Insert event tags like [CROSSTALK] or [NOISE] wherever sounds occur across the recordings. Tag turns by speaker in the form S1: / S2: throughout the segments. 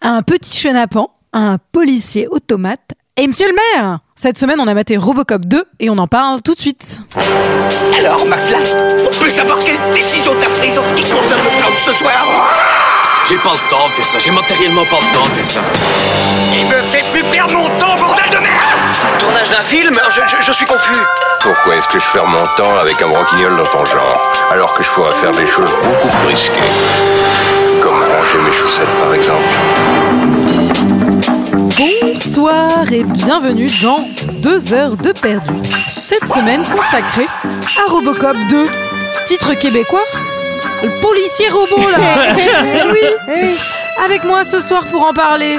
S1: un petit chenapan, un policier automate. Et monsieur le maire Cette semaine, on a maté Robocop 2 et on en parle tout de suite.
S2: Alors, McFly, on peut savoir quelle décision t'as prise en ce qui concerne le plan de ce soir
S3: J'ai pas le temps de faire ça, j'ai matériellement pas le temps de faire ça.
S2: Il me fait plus perdre mon temps, bordel de merde
S4: Tournage d'un film je, je- je suis confus.
S5: Pourquoi est-ce que je perds mon temps avec un broquignol dans ton genre Alors que je pourrais faire des choses beaucoup plus risquées. Comme ranger mes chaussettes par exemple.
S1: Bonsoir et bienvenue dans 2 heures de perdu. Cette semaine consacrée à Robocop 2. Titre québécois Le policier robot là Eh oui, eh oui. Avec moi ce soir pour en parler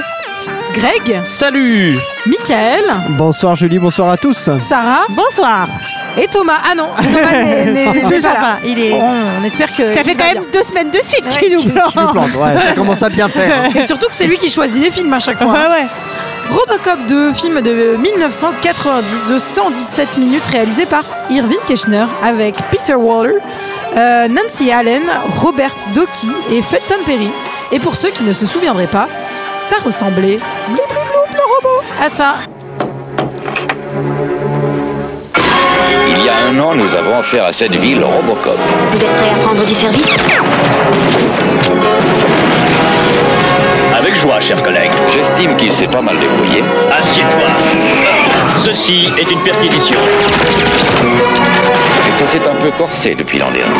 S1: Greg,
S6: Salut
S1: Michael,
S7: Bonsoir Julie, bonsoir à tous.
S1: Sarah
S8: Bonsoir.
S1: et Thomas. Ah non, Thomas
S8: [LAUGHS]
S1: n'est- n'est n'est
S8: Toujours
S1: pas là.
S8: pas. Il est.
S1: On, on espère que.
S8: Ça fait
S1: il va
S8: quand même
S1: bien.
S8: deux semaines de suite
S1: Ouais.
S8: qu'il nous
S7: Je me
S8: plante. [LAUGHS]
S7: plante, ouais, ça commence à bien faire. hein.
S1: Et surtout que c'est lui qui choisit les films à chaque fois.
S8: Ah Ouais, ouais.
S1: Robocop 2, film de 1990 de 117 minutes réalisé par Irving Keschner avec Peter Waller, euh, Nancy Allen, Robert Docky et Felton Perry. Et pour ceux qui ne se souviendraient pas, ça ressemblait, bloup, bloup, bloup, le robot, à ça.
S9: Il y a un an, nous avons offert à cette ville Robocop.
S10: Vous êtes prêt à prendre du service
S4: Avec joie, chers collègues.
S9: J'estime qu'il s'est pas mal débrouillé.
S4: Assieds-toi. Ceci est une perquisition.
S9: Et ça s'est un peu corsé depuis l'an dernier.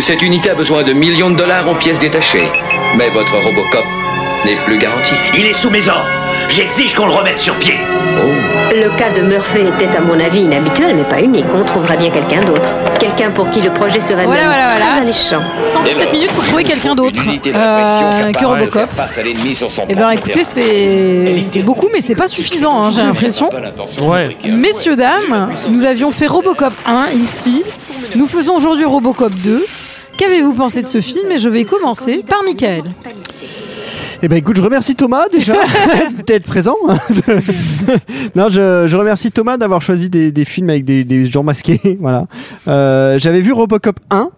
S9: Cette unité a besoin de millions de dollars en pièces détachées. Mais votre Robocop n'est plus garanti.
S4: Il est sous mes ordres. J'exige qu'on le remette sur pied.
S10: Le cas de Murphy était à mon avis inhabituel, mais pas unique. On trouvera bien quelqu'un d'autre. Quelqu'un pour qui le projet serait
S1: Voilà,
S10: même
S1: voilà, voilà.
S10: très alléchant.
S9: Eh ben,
S1: 117 minutes pour trouver quelqu'un d'autre euh, que Robocop. Eh bien écoutez, c'est c'est beaucoup, mais c'est pas suffisant, hein, j'ai l'impression.
S6: Ouais.
S1: Messieurs, dames, nous avions fait Robocop 1 ici. Nous faisons aujourd'hui Robocop 2. Qu'avez-vous pensé de ce film Et je vais commencer par Michael.
S7: Eh ben écoute, je remercie Thomas [LAUGHS] déjà d'être présent. [LAUGHS] non, je, je remercie Thomas d'avoir choisi des, des films avec des, des gens masqués. [LAUGHS] voilà. Euh, J'avais vu Robocop 1.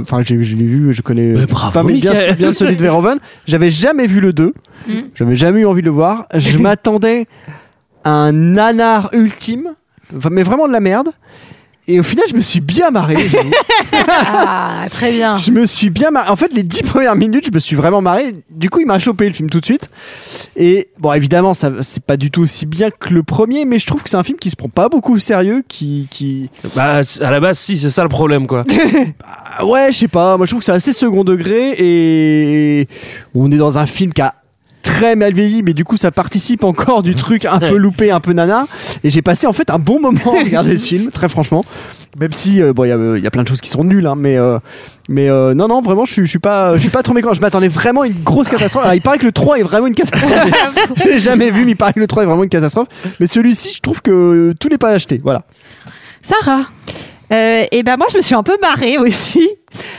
S7: Enfin, j'ai- je l'ai vu, je connais
S6: Mais bravo,
S7: pas mais bien,
S6: Mickaël.
S7: bien celui de Verhoeven. J'avais jamais vu le 2. J'avais jamais eu envie de le voir. [LAUGHS] Je m'attendais à un nanar ultime, Enfin, mais vraiment de la merde. Et au final, je me suis bien marré. j'avoue.
S1: Ah, très bien.
S7: Je me suis bien marré. En fait, les dix [LAUGHS] premières minutes, je me suis vraiment marré. Du coup, il m'a chopé le film tout de suite. Et bon, évidemment, ça c'est pas du tout aussi bien que le premier, mais je trouve que c'est un film qui se prend pas beaucoup au sérieux, qui, qui...
S6: Bah, c- à la base, si, c'est ça le
S7: [LAUGHS]
S6: problème, quoi.
S7: Ah ouais, je sais pas. Moi, je trouve que c'est assez second degré et on est dans un film qui a très mal vieilli, mais du coup, ça participe encore du truc un peu loupé, un peu nana. Et j'ai passé en fait un bon moment à regarder ce
S6: [LAUGHS]
S7: film, très franchement. Même si euh, bon, il y a, euh, il y a plein de choses qui sont nulles, hein, mais euh, mais euh, non non vraiment, je suis- je suis pas je suis pas trop mécontent. Je m'attendais vraiment à une grosse catastrophe. Alors, il paraît que le 3 est vraiment
S4: [LAUGHS]
S7: une catastrophe. J'ai jamais vu, mais il paraît que le 3 est vraiment une catastrophe. Mais celui-ci, je trouve que euh, tout n'est pas acheté. Voilà.
S1: Sarah,
S8: Euh, et ben moi je me suis un peu marrée aussi.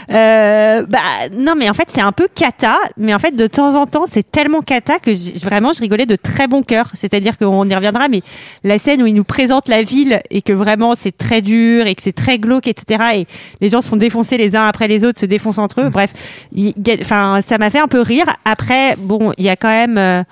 S8: Euh, bah non mais en fait c'est un peu cata, mais en fait de temps en temps c'est tellement cata que j- vraiment je rigolais de très bon cœur. C'est-à-dire qu'on y reviendra, mais la scène où ils nous présentent la ville et que vraiment c'est très dur et que c'est très glauque, etc. Et les gens se font défoncer les uns après les autres, se défoncent entre eux.
S7: Mmh.
S8: Bref, il y a- enfin ça m'a fait un peu rire. Après bon il y a quand même euh,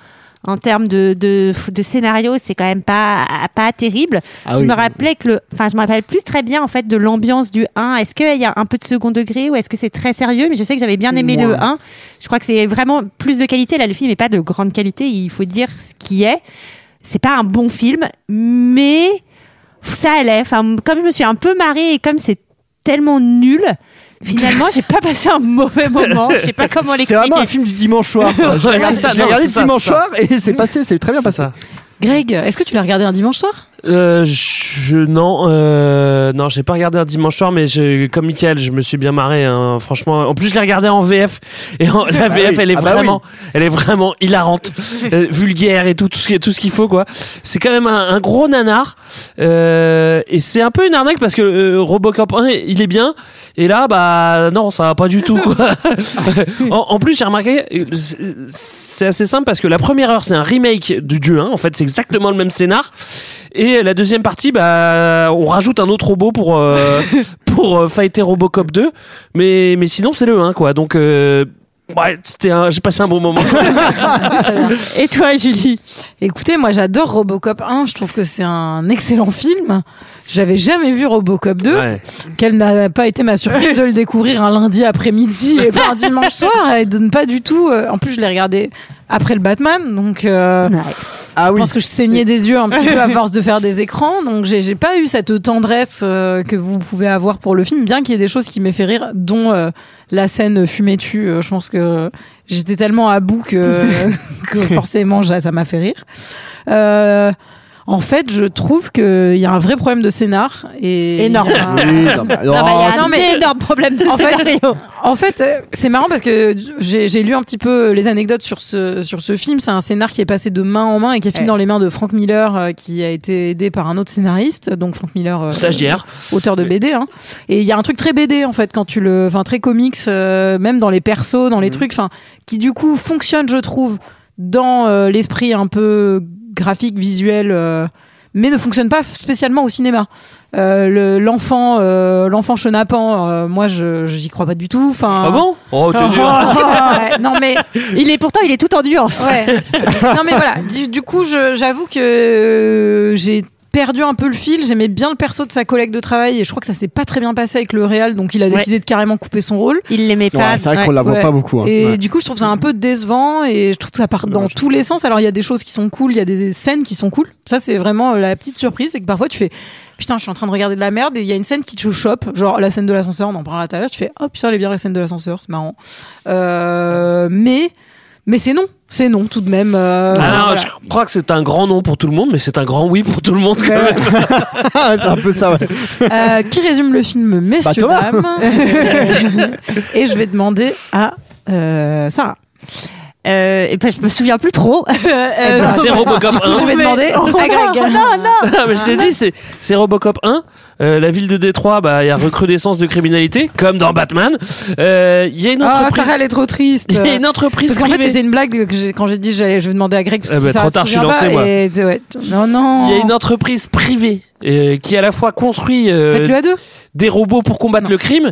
S8: en termes de, de, de scénario, c'est quand même pas, pas terrible.
S7: Ah
S8: je
S7: oui.
S8: me rappelais que le, enfin, je me rappelle plus très bien, en fait, de l'ambiance du 1. Est-ce qu'il y a un peu de second degré ou est-ce que c'est très sérieux? Mais je sais que j'avais bien aimé le
S7: Moins.
S8: 1. Je crois que c'est vraiment plus de qualité. Là, le film est pas de grande qualité. Il faut dire ce qui est. C'est pas un bon film, mais ça allait. Enfin, comme je me suis un peu marrée et comme c'est tellement nul, finalement, j'ai pas passé un mauvais moment. Je sais pas comment
S7: C'est
S8: l'expliquer.
S7: vraiment un film du dimanche soir.
S4: [LAUGHS]
S7: quoi. Je l'ai
S6: Ouais,
S7: regardé-
S6: c'est ça,
S7: je l'ai
S6: non,
S7: regardé
S6: c'est ça,
S7: dimanche
S6: c'est ça.
S7: soir et c'est passé, c'est très bien passé.
S1: Greg, est-ce que tu l'as regardé un dimanche soir
S6: Euh, je non, euh, non, j'ai pas regardé un dimanche soir, mais je, comme Michael, je me suis bien marré. hein, franchement, en plus je l'ai regardé en VF et en- la VF,
S7: oui.
S6: elle est
S7: Ah bah
S6: vraiment, elle est vraiment hilarante, euh, vulgaire et tout, tout ce qui, tout ce qu'il faut quoi. C'est quand même un, un gros nanar euh, et c'est un peu une arnaque parce que euh, Robocop 1, il est bien et là bah non, ça va pas du tout. Quoi. en, en plus, j'ai remarqué, euh, c'est- c'est assez simple parce que la première heure, c'est un remake du Dieu 1. En fait, c'est exactement le même scénar. Et la deuxième partie, bah, on rajoute un autre robot pour euh, pour euh, fighter Robocop 2. Mais mais sinon, c'est le 1 quoi. Donc euh, ouais, c'était un- j'ai passé un
S4: [LAUGHS]
S6: bon moment.
S1: Et toi, Julie
S4: Écoutez, moi j'adore Robocop 1, je trouve que c'est un excellent film. J'avais jamais vu Robocop 2,
S6: Ouais.
S4: quelle n'a pas été ma surprise de le découvrir un lundi après-midi et pas un dimanche soir, et de ne pas du tout. euh, en plus, je l'ai regardé après le Batman, donc euh,
S7: Ah
S4: je
S7: oui.
S4: pense que je saignais des yeux un petit peu à force de faire des écrans, donc j'ai j'ai pas eu cette tendresse euh, que vous pouvez avoir pour le film, bien qu'il y ait des choses qui m'aient fait rire, dont euh, la scène fumée tu je pense que j'étais tellement à bout que, que forcément j'a- ça m'a fait rire. Euh, en fait, je trouve qu'il y a un vrai problème de scénar
S1: [LAUGHS]
S4: et
S1: Énorme.
S7: Oui, non, bah,
S1: Non, bah, il y a
S7: oh,
S1: un
S4: non, mais-
S1: énorme problème de
S4: En fait-
S1: scénario.
S4: En fait, euh, c'est marrant parce que j'ai j'ai lu un petit peu les anecdotes sur ce, sur ce film. C'est un scénar qui est passé de main en main et qui a fini
S1: Ouais.
S4: dans les mains de Frank Miller, euh, qui a été aidé par un autre scénariste. Donc Frank Miller, euh,
S6: Stagiaire.
S4: auteur de BD. Hein. Et il y a un truc très BD en fait quand tu le, enfin très comics, euh, même dans les persos,
S6: Mm.
S4: dans les trucs, enfin qui du coup fonctionne, je trouve, dans euh, l'esprit un peu graphique, visuel. euh, mais ne fonctionne pas spécialement au cinéma. Euh, le- l'enfant, euh, l'enfant chenapan, euh, moi je j'y crois pas du tout. Enfin, Ah,
S6: Ah bon Oh, t'es dur.
S4: Ouais,
S6: [LAUGHS]
S4: non mais euh,
S1: Il est pourtant, il est tout en nuance.
S4: ouais. non mais voilà. Du, du coup, je- j'avoue que euh, j'ai perdu un peu le fil. J'aimais bien le perso de sa collègue de travail et je crois que ça s'est pas très bien passé avec le réal, donc il a
S1: Ouais.
S4: décidé de carrément couper son rôle.
S1: [LAUGHS] Il l'aimait
S7: ouais,
S1: pas.
S7: c'est vrai qu'on
S1: ouais.
S7: la voit
S4: Ouais.
S7: pas beaucoup. hein.
S4: Et
S7: Ouais.
S4: du coup, je trouve ça un peu décevant et je trouve que ça part dans tous les sens. Alors, il y a des choses qui sont cool, il y a des scènes qui sont cool. Ça, c'est vraiment euh, la petite surprise, c'est que parfois tu fais putain, je suis en train de regarder de la merde et il y a une scène qui te chope, genre la scène de l'ascenseur, on en parle à tout à l'heure. Tu fais oh putain, elle est bien la scène de l'ascenseur, c'est marrant. Euh, mais mais c'est non, c'est non tout de même. euh,
S6: Ah non,
S4: voilà.
S6: Je crois que c'est un grand nom pour tout le monde, mais c'est un grand oui pour tout le monde. quand même.
S7: Ah, c'est un peu ça. Ouais. Bah,
S4: Euh, qui résume le
S1: [LAUGHS]
S4: film, messieurs
S7: Thomas.
S4: dames Et je vais demander à euh, Sarah.
S1: Euh, et ben, je me souviens plus trop. Euh,
S4: ben,
S6: C'est Robocop 1.
S4: Je vais
S1: mais-
S4: demander
S1: Oh,
S4: à Greg.
S6: Ah, mais je t'ai dit, c'est, c'est Robocop 1. Euh, la ville de Détroit, bah, il y a recrudescence de criminalité, comme dans Batman. Euh, Il y a une
S4: Ah,
S6: entreprise.
S4: Sarah, elle est trop triste.
S6: Il y a une entreprise
S4: Parce qu'en fait,
S6: privée.
S4: c'était une blague que j'ai- quand j'ai dit j'allais- je vais demander à Greg. Parce
S6: Eh
S4: que
S6: ben,
S4: ça
S6: trop
S4: se
S6: tard, je suis
S4: souvient pas,
S6: lancé, moi.
S4: et- ouais, tu- non, non.
S6: Il y a une entreprise privée euh, qui à la fois construit euh,
S4: Faites-le à deux.
S6: des robots pour combattre
S4: Non.
S6: le crime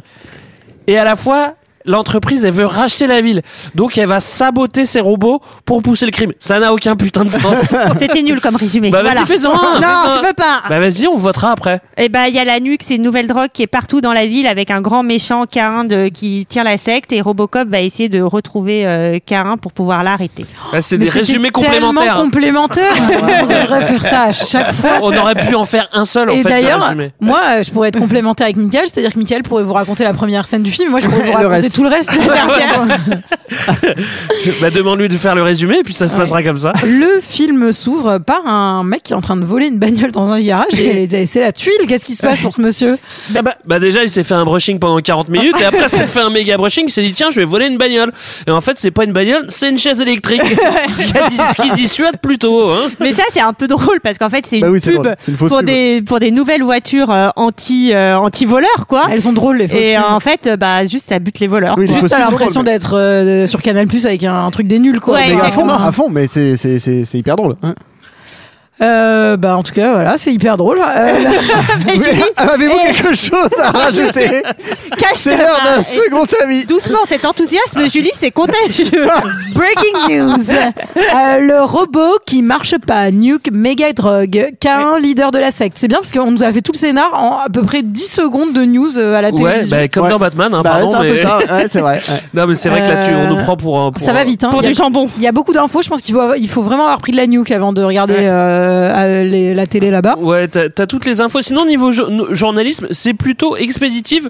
S6: et à la fois l'entreprise elle veut racheter la ville. Donc elle va saboter ses robots pour pousser le crime. Ça n'a aucun putain
S4: [LAUGHS]
S6: de sens.
S1: C'était nul comme résumé.
S6: bah vas-y,
S1: voilà.
S6: fais-en un.
S1: Non,
S6: fais-en un.
S1: je veux pas.
S6: Bah vas-y, on votera après.
S1: Et ben il y a la nuque, c'est une nouvelle drogue qui est partout dans la ville avec un grand méchant Cain de- qui tient la secte et Robocop va essayer de retrouver euh, Cain pour pouvoir l'arrêter.
S6: Bah, c'est
S4: Mais
S6: des
S4: c'était
S6: résumés
S4: tellement
S6: complémentaires. [LAUGHS]
S4: complémentaires. On devrait faire ça à chaque fois.
S6: on aurait pu en faire un seul en
S4: Et
S6: fait. de
S4: d'ailleurs,
S6: résumé. [LAUGHS]
S4: moi, euh, je pourrais être complémentaire avec Michael, c'est-à-dire que Michael pourrait vous raconter la première scène du film, et moi je pourrais vous
S7: Le
S4: raconter
S7: reste.
S4: tout le reste.
S6: [LAUGHS] Bah demande-lui de faire le résumé et puis ça se passera comme ça.
S4: Le film s'ouvre par un mec qui est en train de voler une bagnole dans un garage et et c'est la tuile. Qu'est-ce qui se passe pour ce monsieur
S6: Bah déjà il s'est fait un brushing pendant 40 minutes et après s'est fait un méga brushing, il s'est dit tiens je vais voler une bagnole. Et en fait c'est pas une bagnole, c'est une
S4: [LAUGHS]
S6: chaise électrique. [LAUGHS] ce, qui a- ce qui dissuade plutôt. Hein.
S1: Mais ça c'est un peu drôle parce qu'en fait c'est une
S7: Bah oui, c'est
S1: pub
S7: drôle. C'est une fausse
S1: pour
S7: pub.
S1: des pour des nouvelles voitures euh, anti anti voleurs quoi.
S4: Elles sont drôles les fausses.
S1: Et
S4: pubs.
S1: en fait euh, bah juste ça bute les voleurs.
S7: Oui,
S1: quoi.
S7: les fausses
S4: Juste à
S7: pubs sont
S4: l'impression
S7: drôles, mais-
S4: d'être euh, sur Canal Plus avec un, un truc des nuls quoi.
S1: Ouais,
S4: Mais
S7: Mais à fond,
S1: exactement.
S7: à fond, mais c'est c'est- c'est- c'est hyper drôle. hein.
S4: Euh, bah en tout cas voilà c'est hyper drôle. Euh,
S7: Oui, ah, Avez-vous quelque chose à rajouter
S1: Cache
S7: C'est
S1: ta-
S7: l'heure d'un
S1: et-
S7: second avis.
S1: Doucement cet enthousiasme Julie c'est
S7: [LAUGHS]
S1: contagieux.
S4: breaking news Euh, le robot qui marche pas nuke méga drogue qu'un leader de la secte. C'est bien parce qu'on nous a fait tout le scénar en à peu près 10 secondes de news euh, à la
S6: Ouais,
S4: télévision.
S6: bah, comme
S7: Ouais.
S6: dans Batman, hein,
S7: Bah, ouais,
S6: pardon.
S7: c'est un peu
S6: mais...
S7: ça. Ouais, c'est
S6: [LAUGHS]
S7: vrai. Ah ouais.
S6: Non, mais c'est vrai que là, tu, on
S4: Euh,
S6: nous prend pour. un- pour
S4: ça
S6: un-
S4: va vite hein.
S1: pour
S4: Il y a-
S1: du jambon.
S4: Il y a beaucoup d'infos, je pense qu'il faut, il faut vraiment avoir pris de la nuke avant de regarder
S6: Ouais.
S4: euh, euh, les- la télé là-bas.
S6: Ouais, t'as t'as toutes les infos. Sinon, niveau jo- no- journalisme, c'est plutôt expéditif.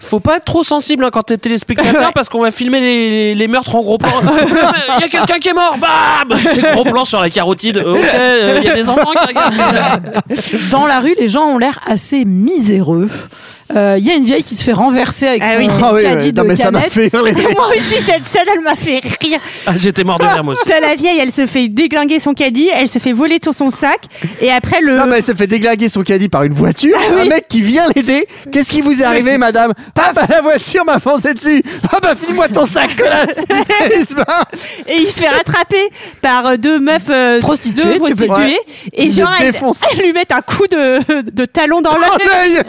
S6: Faut pas être trop sensible hein, quand t'es [LAUGHS] téléspectateur parce qu'on va filmer les, les- les meurtres en gros plan. [LAUGHS] Il y a quelqu'un qui est mort, bam C'est le gros plan sur la carotide. Ok, euh, il y a des enfants qui regardent.
S4: Dans la rue, les gens ont l'air assez miséreux. euh, il y a une vieille qui se fait renverser avec
S1: Ah
S4: son
S1: oui, c'est-
S7: Ah oui,
S4: caddie
S7: ouais.
S4: de
S7: non, mais ça m'a
S4: canette.
S7: fait hurler.
S1: [LAUGHS] Moi aussi, cette scène, elle m'a fait rire.
S6: Ah, j'étais mort de rire, moi aussi.
S1: T'as la vieille, elle se fait déglinguer son caddie, elle se fait voler sur son sac, et après le.
S7: Non, mais elle se fait déglaguer son caddie par une voiture. Un mec qui vient l'aider. Qu'est-ce qui vous est arrivé, madame Ah, bah, la voiture m'a foncé dessus. Ah, bah, file-moi ton sac, connasse. Il se bat.
S1: Et il se fait rattraper par euh, deux meufs euh,
S4: Prostituées,
S1: deux
S4: tu peux dire.
S1: prostituées. Et
S7: Ils
S1: genre,
S7: le
S1: elles,
S7: défoncent.
S1: elles lui mettent un coup de, de talon dans
S7: Oh,
S1: l'œil.
S7: l'œil.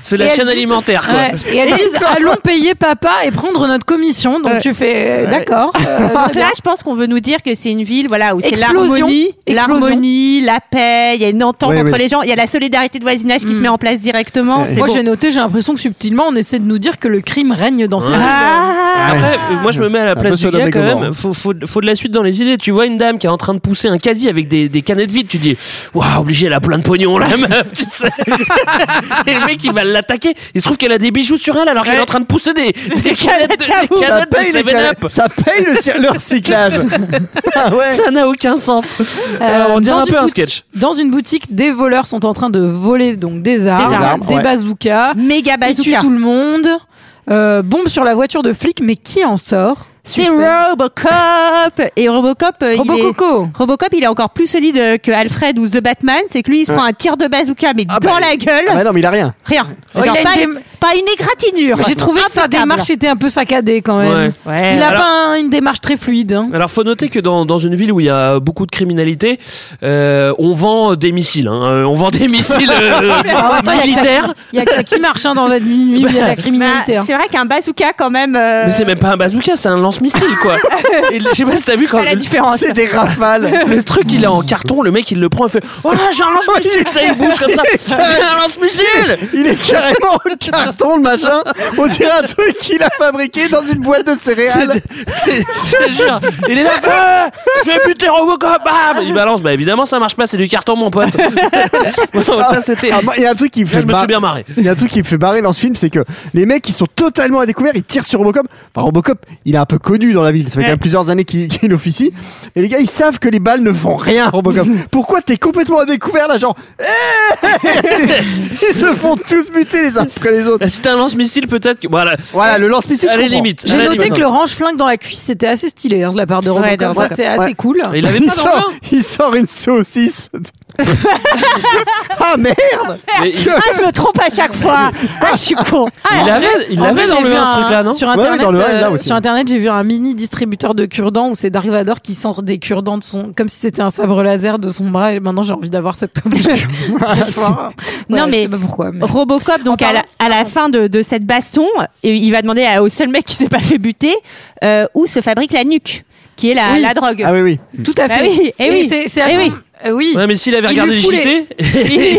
S6: C'est la
S4: Et
S6: chaîne
S4: elles disent-
S6: alimentaire, quoi.
S4: Ouais. Et elles disent allons payer papa et prendre notre commission. Donc tu fais euh, d'accord. euh,
S1: Donc là, je pense qu'on veut nous dire que c'est une ville, voilà, où c'est
S4: Explosion.
S1: l'harmonie,
S4: Explosion.
S1: l'harmonie, la paix, il y a une entente
S7: Ouais,
S1: entre
S7: mais-
S1: les gens, il y a la solidarité de voisinage qui se met en place
S7: Euh,
S1: directement. c'est
S4: Hmm. Moi
S1: bon.
S4: j'ai noté, j'ai l'impression que subtilement on essaie de nous dire que le crime règne dans ces villes.
S1: Ah,
S6: Après, euh, moi je me mets à la
S7: C'est un
S6: place
S7: peu
S6: du
S7: Sodome
S6: gars
S7: et
S6: quand
S7: Gomorrhe.
S6: même. Faut, faut, faut de la suite dans les idées. Tu vois une dame qui est en train de pousser un caddie avec des, des canettes vides. Tu dis, waouh, obligée, elle a plein de pognon, la meuf, tu sais. [LAUGHS] et le mec, il va l'attaquer. Il se trouve qu'elle a des bijoux sur elle alors qu'elle est en train de pousser [LAUGHS] des, des canettes, de-
S1: j'avoue.
S6: des
S7: Ça
S6: canettes
S7: paye, les
S6: de 7
S7: canettes.
S6: Up.
S7: ça paye le, cir- le recyclage. Ah ouais.
S6: Ça n'a aucun sens. Euh, on dirait
S4: dans
S6: un
S4: une
S6: peu un
S4: boutique-
S6: sketch.
S4: Dans une boutique, des voleurs sont en train de voler donc des armes, des,
S1: Des
S7: armes, ouais.
S4: bazookas,
S1: méga
S4: ils tuent
S1: bazooka.
S4: tout le monde, euh, bombe sur la voiture de flic, mais qui en sort
S1: C'est
S4: Suspect.
S1: Robocop. Et Robocop, euh, il est...
S4: Robococo.
S1: Robocop, il est encore plus solide euh, que Alfred ou The Batman, c'est que lui, il se prend un tir de bazooka, mais
S7: Ah
S1: dans
S7: bah,
S1: la gueule,
S7: Ah, bah, non, mais il a rien.
S1: rien.
S4: Ouais,
S1: Genre
S4: il a
S1: pas,
S4: une
S1: une... pas une égratignure.
S4: J'ai trouvé que sa
S1: Impeccable.
S4: démarche était un peu saccadée quand même.
S6: Ouais.
S1: Ouais.
S4: Il a
S6: Alors-
S4: pas un- une démarche très fluide. hein.
S6: Alors faut noter que dans, dans une ville où il y a beaucoup de criminalité, euh, on vend des missiles. hein. Euh, On vend des [LAUGHS]
S4: [LAUGHS]
S6: missiles euh,
S4: Alors, en même temps, il y a que ça-
S6: militaires.
S4: Il y a que ça qui marche hein, dans cette nuit,
S6: [LAUGHS]
S4: il y a la
S1: Bah,
S4: criminalité. hein.
S1: c'est vrai qu'un bazooka, quand même. euh,
S6: Mais c'est même pas un bazooka, c'est un lance-missile quoi. Et je sais pas si t'as vu quand
S1: pas la différence.
S7: C'est des rafales.
S6: le truc il est en carton, le mec il le prend et fait Oh là j'ai un lance-missile, ça il bouge
S1: [LAUGHS]
S6: comme ça. J'ai un lance-missile.
S7: Il est carrément en carton, le machin. On dirait un truc qu'il a fabriqué dans une boîte de céréales.
S6: C'est je te jure. Il est là, Ah, je vais buter Robocop. Bam il balance. Bah évidemment ça marche pas, c'est du carton mon pote. Bon, ça c'était.
S7: Ah, moi, il y a un truc qui me
S6: Là,
S7: fait
S6: je me
S7: mar-
S6: suis bien marré.
S7: Il y a un truc qui me fait barrer dans ce film, c'est que les mecs ils sont totalement à découvert, ils tirent sur Robocop. Enfin, Robocop, il est un peu connu dans la ville, ça fait quand même plusieurs années qu'il qu'il officie. Et les gars, ils savent que les balles ne font rien à Robocop.
S6: [LAUGHS]
S7: Pourquoi t'es complètement à découvert là, genre
S6: [LAUGHS]
S7: Eh Ils se font tous buter les uns après les autres.
S6: Bah, Si t'as un lance-missile peut-être que. Voilà.
S7: Voilà, le lance-missile.
S6: À
S7: je
S6: la
S7: comprends.
S6: limite. à
S4: J'ai
S6: la
S4: noté
S6: limite.
S4: que le range-flingue dans la cuisse, c'était assez stylé hein, de la part de Robocop.
S1: dans
S4: Ça,
S1: Robocop.
S4: c'est assez
S7: Ouais.
S4: cool.
S6: Il avait
S7: il
S6: pas dans le
S7: sort, il sort une saucisse. ah merde
S6: Mais il-
S1: Ah, je me trompe à chaque
S6: [LAUGHS]
S1: fois. Ah, je suis con. Ah,
S6: Il l'avait, il
S4: En
S6: l'avait
S4: vrai,
S6: dans
S4: j'ai
S6: le
S4: vu
S6: 1 ce truc là, non
S4: Sur
S7: ouais,
S4: internet,
S7: dans le un,
S4: euh,
S7: il l'a aussi.
S4: sur internet, j'ai vu un mini distributeur de cure-dents où c'est Dark Vador qui sort des cure-dents de son, comme si c'était un sabre laser de son bras. Et maintenant, j'ai envie d'avoir cette objet.
S1: Ah, Non, mais-
S4: je sais pas pourquoi. mais-
S1: Robocop, donc
S4: En
S1: à la, à la fin de, de cette baston, et il va demander à- au seul mec qui s'est pas fait buter euh, où se fabrique la nuque, qui est la,
S4: Oui.
S1: la drogue.
S7: Ah oui, oui.
S4: Tout à
S1: Bah
S4: fait.
S1: oui, eh oui,
S4: c'est- c'est
S1: eh
S4: avant-
S1: oui.
S4: euh, oui.
S6: Ouais, mais s'il avait
S4: Il
S6: regardé
S4: lui
S6: les
S4: fout
S6: JT,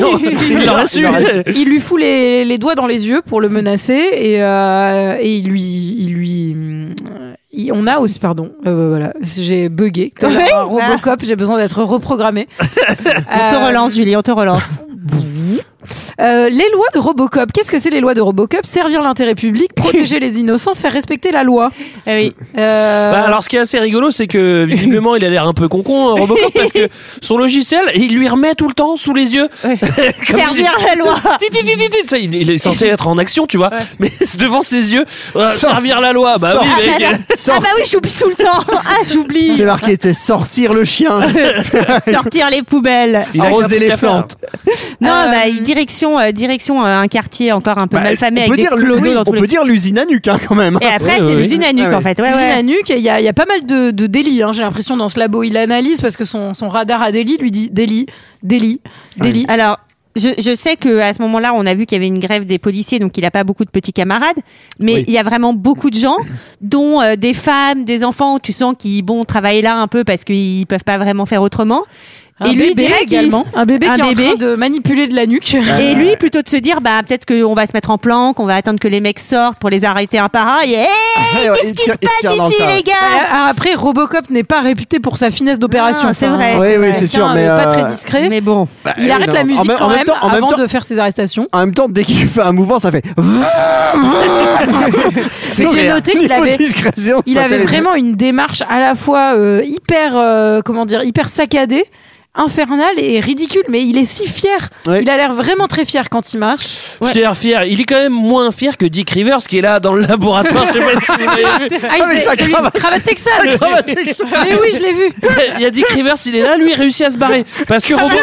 S6: [LAUGHS] il l'aurait su.
S4: [LAUGHS] Il lui fout les, les doigts dans les yeux pour le menacer et, euh, et il lui, il lui, hum, il- on a aussi, pardon, euh, voilà, j'ai bugué. T'es là, un Robocop, Euh, j'ai besoin d'être reprogrammé.
S1: Ah. On te relance, Julie, on te
S4: [LAUGHS]
S1: relance.
S4: Euh, les lois de Robocop. Qu'est-ce que c'est les lois de Robocop Servir l'intérêt [LAUGHS] public, protéger les innocents, faire respecter la loi.
S1: Ah oui.
S4: Euh,
S6: Bah, alors, ce qui est assez rigolo, c'est que visiblement, il a l'air un peu con-con, hein, Robocop, parce que son logiciel, il lui remet tout le temps sous les yeux.
S1: Ah,
S6: [LAUGHS] Comme si-
S1: Servir la loi.
S6: Ti, ti, ti, ti, ti, tu sais, Il il est censé être en action, tu vois, mais [LAUGHS] devant ses yeux, euh,
S7: Sort.
S6: servir la loi. Bah
S7: Sort.
S6: oui,
S1: Ah,
S6: mec.
S1: bah, non. Ah bah oui, j'oublie tout le temps. Ah, j'oublie.
S4: [LAUGHS]
S7: C'est marqué, c'est sortir le chien,
S1: Sortir les poubelles.
S6: Il a qu'un
S7: arroser
S6: truc
S7: les
S6: à faire.
S7: plantes.
S1: Non,
S4: Euh,
S1: bah, il- direction, euh, direction euh, un quartier encore un peu
S7: Bah,
S1: malfamé
S7: on
S1: avec
S7: peut
S1: des
S7: dire,
S1: clodos
S7: oui,
S1: dans
S7: on
S1: tous les.
S7: peut dire l'usine à nuque hein, quand même.
S1: Et après,
S6: Ouais, ouais,
S1: c'est
S6: ouais.
S1: l'usine à nuque
S7: Ah ouais.
S1: en fait. Ouais,
S4: Usine à
S1: ouais.
S4: nuque, il y, a- il y a pas mal de, de délits. hein, J'ai l'impression dans ce labo, il analyse parce que son, son radar à délit lui dit délit, délit, délit.
S1: Alors. Je, je sais que à ce moment-là, on a vu qu'il y avait une grève des policiers, donc il a pas beaucoup de petits camarades. Mais
S7: Oui.
S1: il y a vraiment beaucoup de gens, dont euh, des femmes, des enfants. Tu sens qui bon travaillent là un peu parce qu'ils peuvent pas vraiment faire autrement.
S4: Un bébé
S1: direct, il-
S4: également, un bébé Euh,
S1: Un
S4: qui est
S1: bébé.
S4: en train de manipuler de la nuque.
S1: [LAUGHS] Et lui, plutôt de se dire, bah peut-être qu'on va se mettre en plan, qu'on va attendre que les mecs sortent pour les arrêter un par un. Et hey,
S7: [LAUGHS] Ouais, ouais,
S1: qu'est-ce
S7: il
S1: qui se
S7: tire- il tire dans le
S1: passe ici,
S7: tas.
S1: les gars
S4: Ah, Après, Robocop n'est pas réputé pour sa finesse d'opération.
S1: Non, c'est
S4: Enfin,
S1: vrai.
S7: Oui, oui,
S4: quelqu'un,
S7: c'est sûr, mais.
S4: euh, pas
S7: euh,
S4: très discret.
S1: Mais bon.
S4: il
S7: oui,
S4: arrête
S7: non.
S4: la
S7: En
S4: musique
S7: même- en
S4: quand
S7: même
S4: même,
S7: temps- en même
S4: avant
S7: temps-
S4: de faire ses arrestations.
S7: En même temps, dès qu'il fait un mouvement, ça fait.
S4: Mais j'ai
S6: clair.
S4: noté qu'il
S7: [LAUGHS] Niveau
S4: avait
S7: discrétion, c'est
S4: Il
S7: pas
S4: avait
S7: terrible.
S4: vraiment une démarche à la fois euh, hyper, euh, comment dire, hyper saccadée infernal et ridicule, mais il est si fier.
S7: Ouais.
S4: Il a l'air vraiment très fier quand il marche. Ouais.
S6: Fier, fier. Il est quand même moins fier que Dick Rivers qui est là dans le laboratoire. Je sais pas si vous
S1: [LAUGHS]
S6: l'avez vu.
S4: Ah, il
S7: Avec
S4: est-
S7: sa
S4: celui-
S7: cravate.
S4: cravate texane. Mais oui, je l'ai vu.
S6: Il y a Dick Rivers, il est là, lui, il réussit à se barrer. Parce que Robot.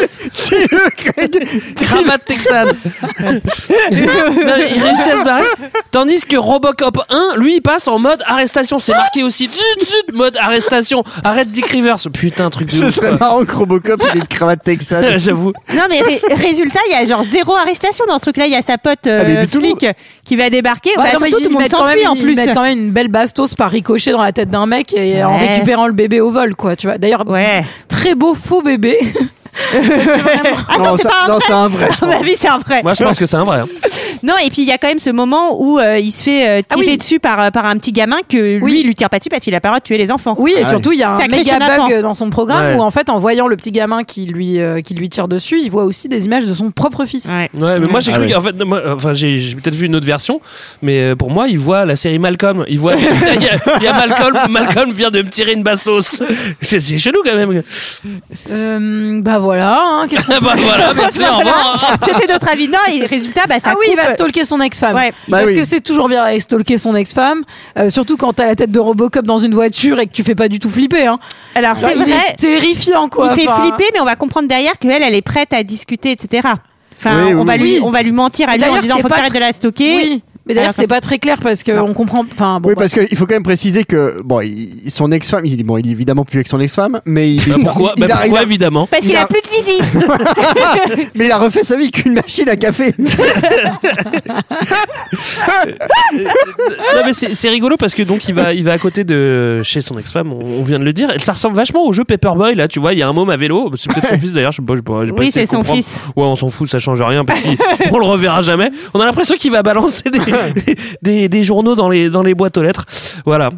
S6: Cravate texane. Non, mais il réussit à se barrer. Tandis que Robocop 1, lui, il passe en mode arrestation. C'est marqué aussi. Zut, zut, mode arrestation. Arrête Dick Rivers. Putain, truc de
S7: Ce
S6: ouf,
S7: serait
S6: [LAUGHS] quoi.
S7: marrant que Robocop ait une cravate texane.
S6: J'avoue.
S1: Non mais ré- résultat, il y a genre zéro arrestation dans ce truc-là. Il y a sa pote euh,
S7: Ah, mais tout le
S1: flic qui va débarquer.
S4: Ouais,
S1: Bah,
S4: non, mais
S1: surtout,
S4: ils
S1: tout le monde
S4: mettent quand
S1: s'enfuit
S4: même-
S1: en plus.
S4: Ils mettent quand même une belle bastos par ricochet dans la tête d'un mec et en
S1: Ouais.
S4: récupérant le bébé au vol, quoi. Tu vois. D'ailleurs,
S1: Ouais.
S4: très beau
S1: [LAUGHS]
S4: faux bébé.
S1: Attends,
S4: [LAUGHS]
S7: Non,
S1: c'est
S7: ça-
S1: pas un
S7: non,
S1: vrai.
S7: c'est un vrai, je
S1: À ma vie, c'est un vrai.
S6: Moi, je pense que c'est un vrai. hein.
S1: Non, et puis il y a quand même ce moment où euh, il se fait euh, tirer
S4: Ah oui.
S1: dessus par, euh, par un petit gamin que lui,
S4: Oui.
S1: il lui tire pas dessus parce qu'il a pas le droit de tuer les enfants.
S4: Oui, et
S7: Ah
S4: surtout, il y a un
S1: Sacré
S4: méga
S1: chenapan.
S4: bug dans son programme
S6: Ouais.
S4: où, en fait, en voyant le petit gamin qui lui, euh, qui lui tire dessus, il voit aussi des images de son propre fils.
S1: Ouais.
S6: Ouais, mais moi j'ai
S7: Ah
S6: cru.
S7: ouais.
S6: En fait, moi, enfin, j'ai j'ai peut-être vu une autre version, mais euh, pour moi, il voit la série Malcolm. Il voit. [LAUGHS] Il y a, il y a Malcolm. Malcolm vient de me tirer une bastos. [LAUGHS] C'est c'est chelou quand même.
S4: Euh, bah voilà. hein, qu'est-ce qu'on-
S6: Ah [LAUGHS] bah voilà, merci, au revoir.
S1: C'était notre avis. Non, et résultat, bah, ça
S4: Ah oui, il
S1: coupe.
S4: va stalker son ex-femme.
S1: Ouais.
S7: Bah
S4: Parce
S7: oui.
S4: que c'est toujours bien d'aller stalker son ex-femme, euh, surtout quand t'as la tête de Robocop dans une voiture et que tu fais pas du tout flipper. Hein.
S1: Alors c'est
S4: il
S1: vrai,
S4: est terrifiant quoi.
S1: il fait
S4: Enfin,
S1: flipper, mais on va comprendre derrière qu'elle, elle est prête à discuter, etc. Enfin,
S7: Oui,
S1: on,
S7: oui,
S1: va
S7: oui.
S1: lui,
S4: Oui.
S1: on va lui mentir à lui en
S4: D'ailleurs,
S1: disant
S4: c'est
S1: faut que
S4: pas
S1: t'arrêtes de
S4: très-
S1: la stocker.
S4: Oui. Mais d'ailleurs,
S1: Alors,
S4: c'est pas très clair parce qu'on comprend. Enfin, bon,
S7: Oui,
S4: bah,
S7: parce qu'il faut quand même préciser que bon, il- son ex-femme, il, bon, il est évidemment plus avec son ex-femme, mais il,
S6: Bah, pourquoi
S7: il-
S6: Bah,
S7: il a- il
S6: pourquoi
S7: a- [LAUGHS]
S6: évidemment
S1: Parce qu'il
S7: Il
S1: a
S7: a-
S1: plus de zizi.
S7: mais il a refait sa vie avec une machine à café.
S6: Non mais c'est c'est rigolo parce que donc il va il va à côté de chez son ex-femme, on, on vient de le dire. Et ça ressemble vachement au jeu Paperboy là, tu vois, il y a un môme à vélo, c'est peut-être son fils d'ailleurs, je sais pas, je sais pas, j'ai pas
S1: Oui,
S6: essayé
S1: c'est
S6: de
S1: son
S6: comprendre.
S1: fils.
S6: Ouais, on s'en fout, ça change rien parce [LAUGHS] qu'on le reverra jamais. On a l'impression qu'il va balancer des, des, des journaux dans les dans les boîtes aux lettres. Voilà.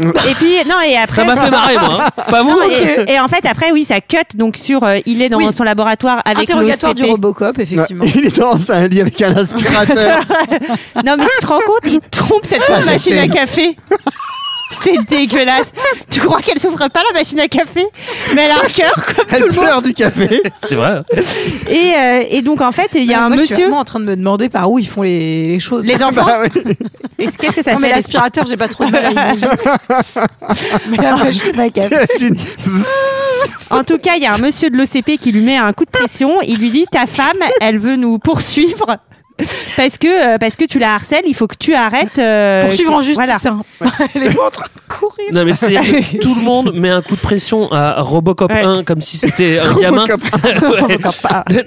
S1: Et puis non et après.
S6: Ça m'a fait marrer moi, hein. pas vous
S1: Non, et- et, en fait après oui ça cut donc sur euh, il est dans
S4: Oui.
S1: son laboratoire avec
S4: interrogatoire
S1: le
S4: du
S1: OCP.
S4: Robocop, effectivement.
S7: Ouais, [LAUGHS] il est dans un lit avec un aspirateur.
S1: Non mais tu te rends compte il trompe cette
S7: Ah,
S1: machine à
S7: j'étais-
S1: café. C'est dégueulasse. Tu crois qu'elle souffre pas la machine à café Mais elle a un cœur comme tout
S7: Elle
S1: le monde.
S7: pleure du café.
S6: C'est vrai.
S1: Et, euh, et donc en fait il y a un
S4: Ah, Moi, Je suis
S1: monsieur.
S4: vraiment en train de me demander par où ils font les, les choses.
S1: Les enfants.
S7: Bah oui.
S1: Et Qu'est-ce que ça
S4: non, mais
S1: fait les-
S4: l'aspirateur, Ah, j'ai pas trop de [LAUGHS] mal à imaginer. Mais la machine à café.
S7: [LAUGHS] Imagine.
S1: En tout cas, il y a un monsieur de l'OCP qui lui met un coup de pression. Il lui dit Ta femme, elle veut nous poursuivre. Parce que, euh, parce que tu la harcèles, il faut que tu arrêtes. euh,
S4: Poursuivre en
S1: que-
S4: justice.
S1: voilà.
S4: hein. [LAUGHS] Elle est en train de courir.
S6: Non mais c'est tout le monde met un coup de pression à Robocop
S1: Ouais.
S6: 1 comme si c'était un gamin.
S7: Robocop.
S6: [LAUGHS] Ouais.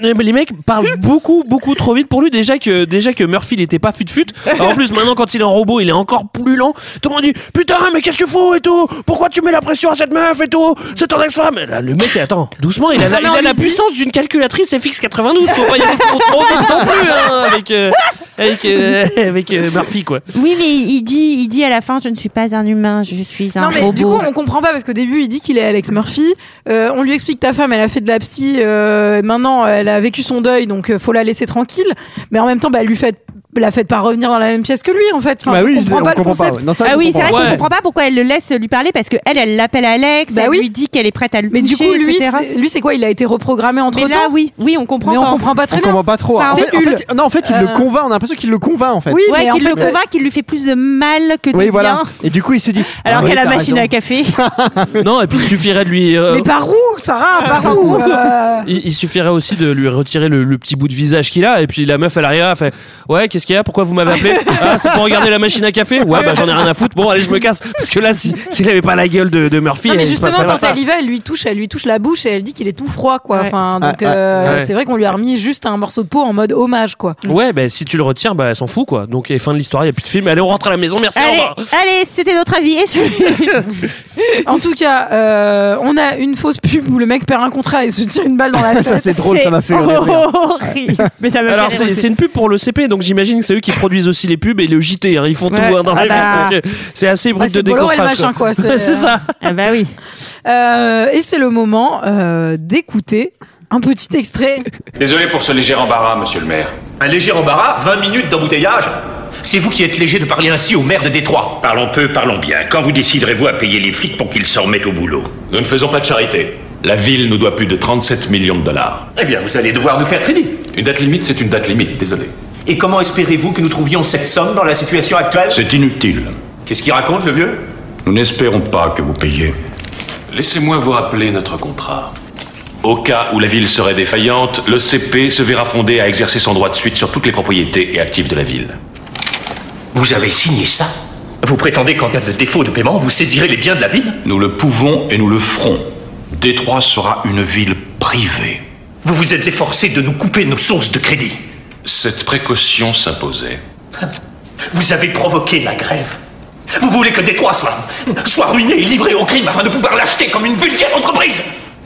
S6: Non, mais les mecs parlent beaucoup beaucoup trop vite pour lui déjà que déjà que Murphy il était pas fut fut. En plus maintenant quand il est en robot il est encore plus lent. Tout le monde dit putain mais qu'est-ce que tu fous et tout Pourquoi tu mets la pression à cette meuf et tout C'est ton ex-femme. Et là, Le mec attends doucement il a la,
S4: Non, mais
S6: il a
S4: on
S6: la
S4: lui dit-
S6: puissance d'une calculatrice FX 92. Faut pas y aller trop, trop vite non plus hein, avec euh, avec euh, [LAUGHS] avec euh, Murphy quoi.
S1: Oui, mais il dit, il dit à la fin Je ne suis pas un humain, je suis un
S4: Non mais
S1: robot.
S4: du coup on comprend pas parce qu'au début il dit qu'il est Alex Murphy. Euh, on lui explique ta femme elle a fait de la psy. euh, maintenant elle a vécu son deuil donc euh, faut la laisser tranquille. Mais en même temps bah, elle lui fait la faites pas revenir dans la même pièce que lui en fait. Enfin,
S7: Bah
S4: on
S7: oui, je sais,
S4: comprend
S7: on
S4: pas le
S7: comprend pas.
S4: concept.
S7: ouais. Non, ça,
S1: ah
S7: on
S1: oui, c'est
S7: comprend
S1: vrai
S7: pas.
S1: qu'on
S6: Ouais.
S1: comprend pas pourquoi elle le laisse lui parler parce que elle, elle l'appelle Alex,
S4: Bah
S1: elle
S4: oui.
S1: lui dit qu'elle est prête à le
S4: Mais du
S1: toucher,
S4: coup lui
S1: etc.
S4: c'est- lui c'est quoi il a été reprogrammé entre
S1: Mais
S4: temps.
S1: là, oui, oui, on comprend.
S4: mais on
S1: pas.
S4: comprend pas très
S7: On
S4: bien.
S7: comprend pas trop.
S4: Enfin,
S7: en, fait,
S4: c'est
S7: en fait- non, en fait, il
S4: Euh.
S7: le convainc. On a l'impression qu'il le convainc en fait.
S4: Oui
S1: Ouais,
S4: mais en
S1: qu'il le
S4: fait,
S1: convainc, qu'il lui fait plus de mal que de
S7: Oui,
S1: bien.
S7: voilà. Et du coup, il se dit.
S1: Alors
S7: ah oui,
S1: qu'elle a la
S7: t'as
S1: machine
S7: raison.
S1: à
S4: [LAUGHS]
S1: café.
S6: Non et puis il suffirait de lui euh,
S4: mais par où Sarah par où euh,
S6: Il, il suffirait aussi de lui retirer le, le petit bout de visage qu'il a, et puis la meuf à l'arrière elle fait Ouais, qu'est-ce qu'il y a Pourquoi vous m'avez appelé Ah, c'est pour regarder la machine à café Ouais, bah j'en ai rien à foutre. Bon, allez, je me casse. Parce que là, si- s'il avait pas la gueule de, de Murphy,
S4: Non, mais
S6: il se
S4: justement,
S6: passerait pas
S4: quand
S6: ça.
S4: elle y va, elle lui touche, elle lui touche la bouche et elle dit qu'il est tout froid, Oh, quoi.
S1: Ouais.
S4: Enfin, donc
S7: Ah, ah,
S4: euh,
S6: ouais.
S4: c'est vrai qu'on lui a remis juste un morceau de peau en mode hommage, quoi.
S6: Ouais, bah si tu le retires, bah elle s'en fout quoi. Donc, et fin de l'histoire, il n'y a plus de film. Allez, on rentre à la maison, merci, au
S1: Allez,
S6: revoir.
S1: allez, c'était notre avis. Et celui-
S4: En tout cas, [LAUGHS] euh, on a une fausse pub où le mec perd un contrat et se tire une balle dans la tête.
S7: [LAUGHS] Ça, c'est drôle, ça m'a fait rire.
S1: horrible. Mais ça m'a
S6: Alors,
S1: fait rire
S6: c'est
S1: aussi.
S6: c'est une pub pour le CP, donc j'imagine que c'est eux qui produisent aussi les pubs et le JT. hein. Ils font tout
S1: Ouais.
S6: hein, dans
S1: Ah
S6: la-
S1: bah.
S6: parce que C'est assez brut
S4: Bah,
S6: de
S4: c'est Bolloré,
S6: décoffrage.
S4: le machin, quoi. C'est,
S1: [LAUGHS]
S6: Ouais, [LAUGHS] C'est
S4: euh,
S6: ça.
S1: Ah bah oui.
S4: Euh, et c'est le moment euh, d'écouter un petit extrait.
S11: Désolé pour ce léger embarras, monsieur le maire.
S12: Un léger embarras, 20 minutes d'embouteillage C'est vous qui êtes léger de parler ainsi au maire de Détroit. Parlons peu, parlons bien. Quand vous déciderez-vous à payer les flics pour qu'ils s'en remettent au boulot
S11: Nous ne faisons pas de charité.
S13: La ville nous doit plus de 37 millions de dollars.
S4: Eh bien, vous allez devoir nous faire crédit.
S13: Une date limite, c'est une date limite, désolé.
S4: Et comment espérez-vous que nous trouvions cette somme dans la situation actuelle
S13: C'est inutile.
S4: Qu'est-ce qu'il raconte, le vieux
S13: Nous n'espérons pas que vous payiez. Laissez-moi vous rappeler notre contrat. Au cas où la ville serait défaillante, le CP se verra fondé à exercer son droit de suite sur toutes les propriétés et actifs de la ville.
S4: Vous avez signé ça Vous prétendez qu'en cas de défaut de paiement, vous saisirez les biens de la ville
S13: Nous le pouvons et nous le ferons. Détroit sera une ville privée.
S4: Vous vous êtes efforcé de nous couper nos sources de crédit.
S13: Cette précaution s'imposait.
S4: Vous avez provoqué la grève. Vous voulez que Détroit soit, soit ruiné et livré au crime afin de pouvoir l'acheter comme une vulgaire entreprise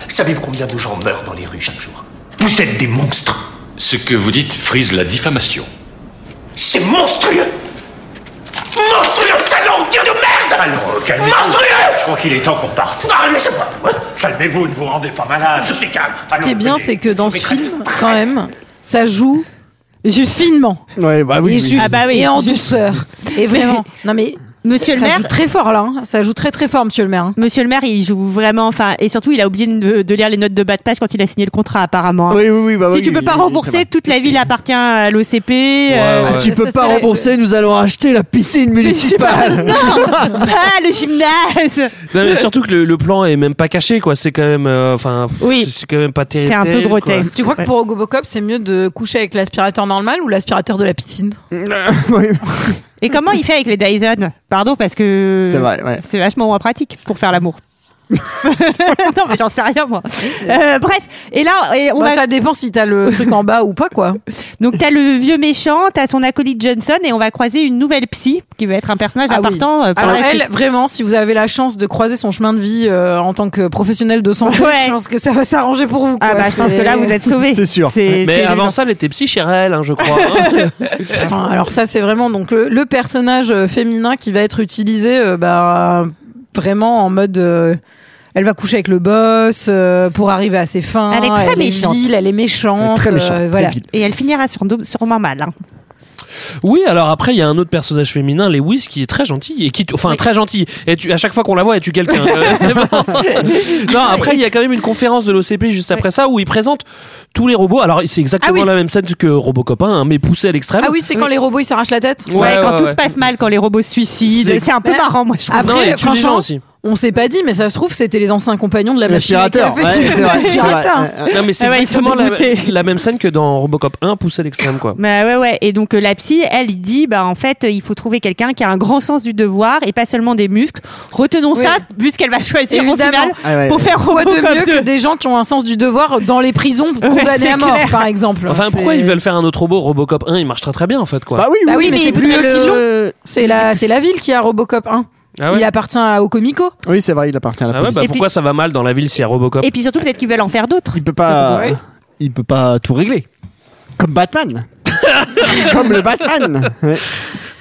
S4: Savez-vous combien de gens meurent dans les rues chaque jour Vous êtes des monstres
S13: Ce que vous dites frise la diffamation.
S4: C'est monstrueux Monstrueux, salon Dieu de merde Alors, Ah euh, calmez-vous Monstrueux Je crois qu'il est temps qu'on parte. Non, laissez-moi Calmez-vous, ne vous rendez pas malade Je suis calme
S1: Ce qui est bien, c'est que dans ce film, quand même, ça joue finement.
S7: Ouais, bah
S1: et,
S7: oui, oui.
S1: juste-
S8: Ah bah oui,
S1: et en
S8: juste.
S1: douceur. Et vraiment. [LAUGHS] Non mais
S8: Monsieur le
S1: ça
S8: maire-
S1: joue très fort là. hein. Ça joue très très fort, Monsieur le maire. hein.
S8: Monsieur le maire, il joue vraiment. Enfin, et surtout, il a oublié de, de lire les notes de bas de page quand il a signé le contrat, apparemment.
S7: Oui, oui, oui, bah
S8: si
S7: oui,
S8: tu peux
S7: oui,
S8: pas
S7: oui, ça va.
S8: rembourser, toute la ville appartient à l'OCP. euh,
S7: Si tu
S1: Ça,
S7: peux
S1: ça
S7: pas
S1: serait-
S7: rembourser, nous allons acheter la piscine municipale.
S8: Ah, le gymnase
S6: Non, mais surtout que le, le plan est même pas caché, quoi. C'est quand même, euh, enfin,
S8: Oui.
S6: c'est quand même pas terrible.
S8: C'est un peu grotesque.
S1: Tu crois que
S8: Ouais.
S1: pour Robocop, c'est mieux de coucher avec l'aspirateur normal ou l'aspirateur de la piscine
S8: Et comment il fait avec les Dyson Pardon, parce que.
S7: C'est vrai, ouais.
S8: C'est vachement moins pratique pour
S7: [LAUGHS]
S8: faire l'amour. non, mais j'en sais rien, moi. Euh, bref, et là, et on
S1: Bah,
S8: va.
S1: Ça dépend si t'as le truc en bas ou pas, quoi.
S8: Donc, t'as le vieux méchant, t'as son acolyte Johnson, et on va croiser une nouvelle psy qui va être un personnage
S1: Ah oui.
S8: important euh, pour
S1: Alors
S8: la
S1: elle,
S8: suite.
S1: vraiment, si vous avez la chance de croiser son chemin de vie euh, en tant que professionnel de santé,
S8: Ouais.
S1: je pense que ça va s'arranger pour vous.
S8: Ah,
S1: quoi.
S8: bah, je pense
S1: C'est-
S8: que là, vous êtes sauvés.
S7: C'est sûr.
S6: Mais
S8: c'est
S6: avant
S8: évident.
S6: ça, elle était psy chez elle, hein, je crois.
S8: [LAUGHS]
S6: hein.
S1: Attends, alors ça, c'est vraiment donc le, le personnage euh, féminin qui va être utilisé, euh, bah, vraiment en mode. euh, elle va coucher avec le boss euh, pour arriver à ses fins.
S8: Elle est très méchante.
S1: vile, elle est méchante.
S7: Très méchant,
S1: euh,
S7: très
S1: voilà.
S7: vil.
S8: Et elle finira sur, sûrement mal. hein.
S6: oui, alors après, il y a un autre personnage féminin, Lewis, qui est très gentil et qui, enfin, très gentil. Et tu, à chaque fois qu'on la voit, elle
S8: [LAUGHS]
S6: tue quelqu'un. Euh, non, après, il y a quand même une conférence de l'OCP juste après ça où ils présentent tous les robots. Alors, c'est exactement
S1: Ah oui.
S6: la même scène que Robocop 1, hein, mais poussé à l'extrême.
S1: Ah oui, c'est quand les robots ils s'arrachent la tête.
S8: Ouais, quand
S6: ouais,
S8: tout
S6: ouais.
S8: se passe mal, quand les robots se suicident,
S6: C'est-
S8: c'est un peu
S1: Bah,
S8: marrant, moi je trouve.
S1: Après,
S6: Non, il tue des
S1: franchement,
S6: gens aussi.
S1: on s'est pas dit, mais ça se trouve, c'était les anciens compagnons de la machine à
S7: L'aspirateur,
S1: café.
S7: ouais, c'est vrai, c'est vrai.
S1: L'aspirateur.
S7: Ouais, ouais.
S6: Non, mais c'est
S8: Ah ouais, ils sont
S6: exactement la,
S8: dégoûtés.
S6: la même scène que dans Robocop 1, poussé à l'extrême, quoi.
S8: Bah ouais, ouais. Et donc euh, la psy, elle, il dit, bah en fait, euh, il faut trouver quelqu'un qui a un grand sens du devoir et pas seulement des muscles. Retenons
S1: Oui.
S8: ça, vu ce qu'elle va choisir
S1: Évidemment.
S8: au final
S7: Ah ouais,
S8: pour
S7: ouais.
S8: faire
S1: Quoi de
S8: Robocop
S1: mieux que
S8: 2.
S1: des gens qui ont un sens du devoir dans les prisons condamnés
S8: c'est
S1: à mort,
S8: clair.
S1: par exemple
S6: Enfin,
S1: C'est-
S6: pourquoi ils veulent faire un autre robot Robocop 1, il marche très très bien en fait, quoi.
S7: Bah oui,
S1: Bah
S7: oui.
S1: oui, mais, c'est plus eux qui l'ont.
S8: le-
S1: C'est
S8: [LAUGHS]
S1: la, c'est la ville qui a Robocop 1.
S6: Ah ouais.
S1: Il appartient à- au Comico.
S7: Oui, c'est vrai, il appartient à la
S6: Ah ouais,
S7: police.
S6: bah
S8: Et
S6: pourquoi ça va mal dans la ville s'il y a Robocop
S8: Et puis surtout, peut-être qu'ils veulent en faire d'autres.
S7: Il peut pas, il peut pas tout régler. Comme Batman. Comme le Batman. Ouais,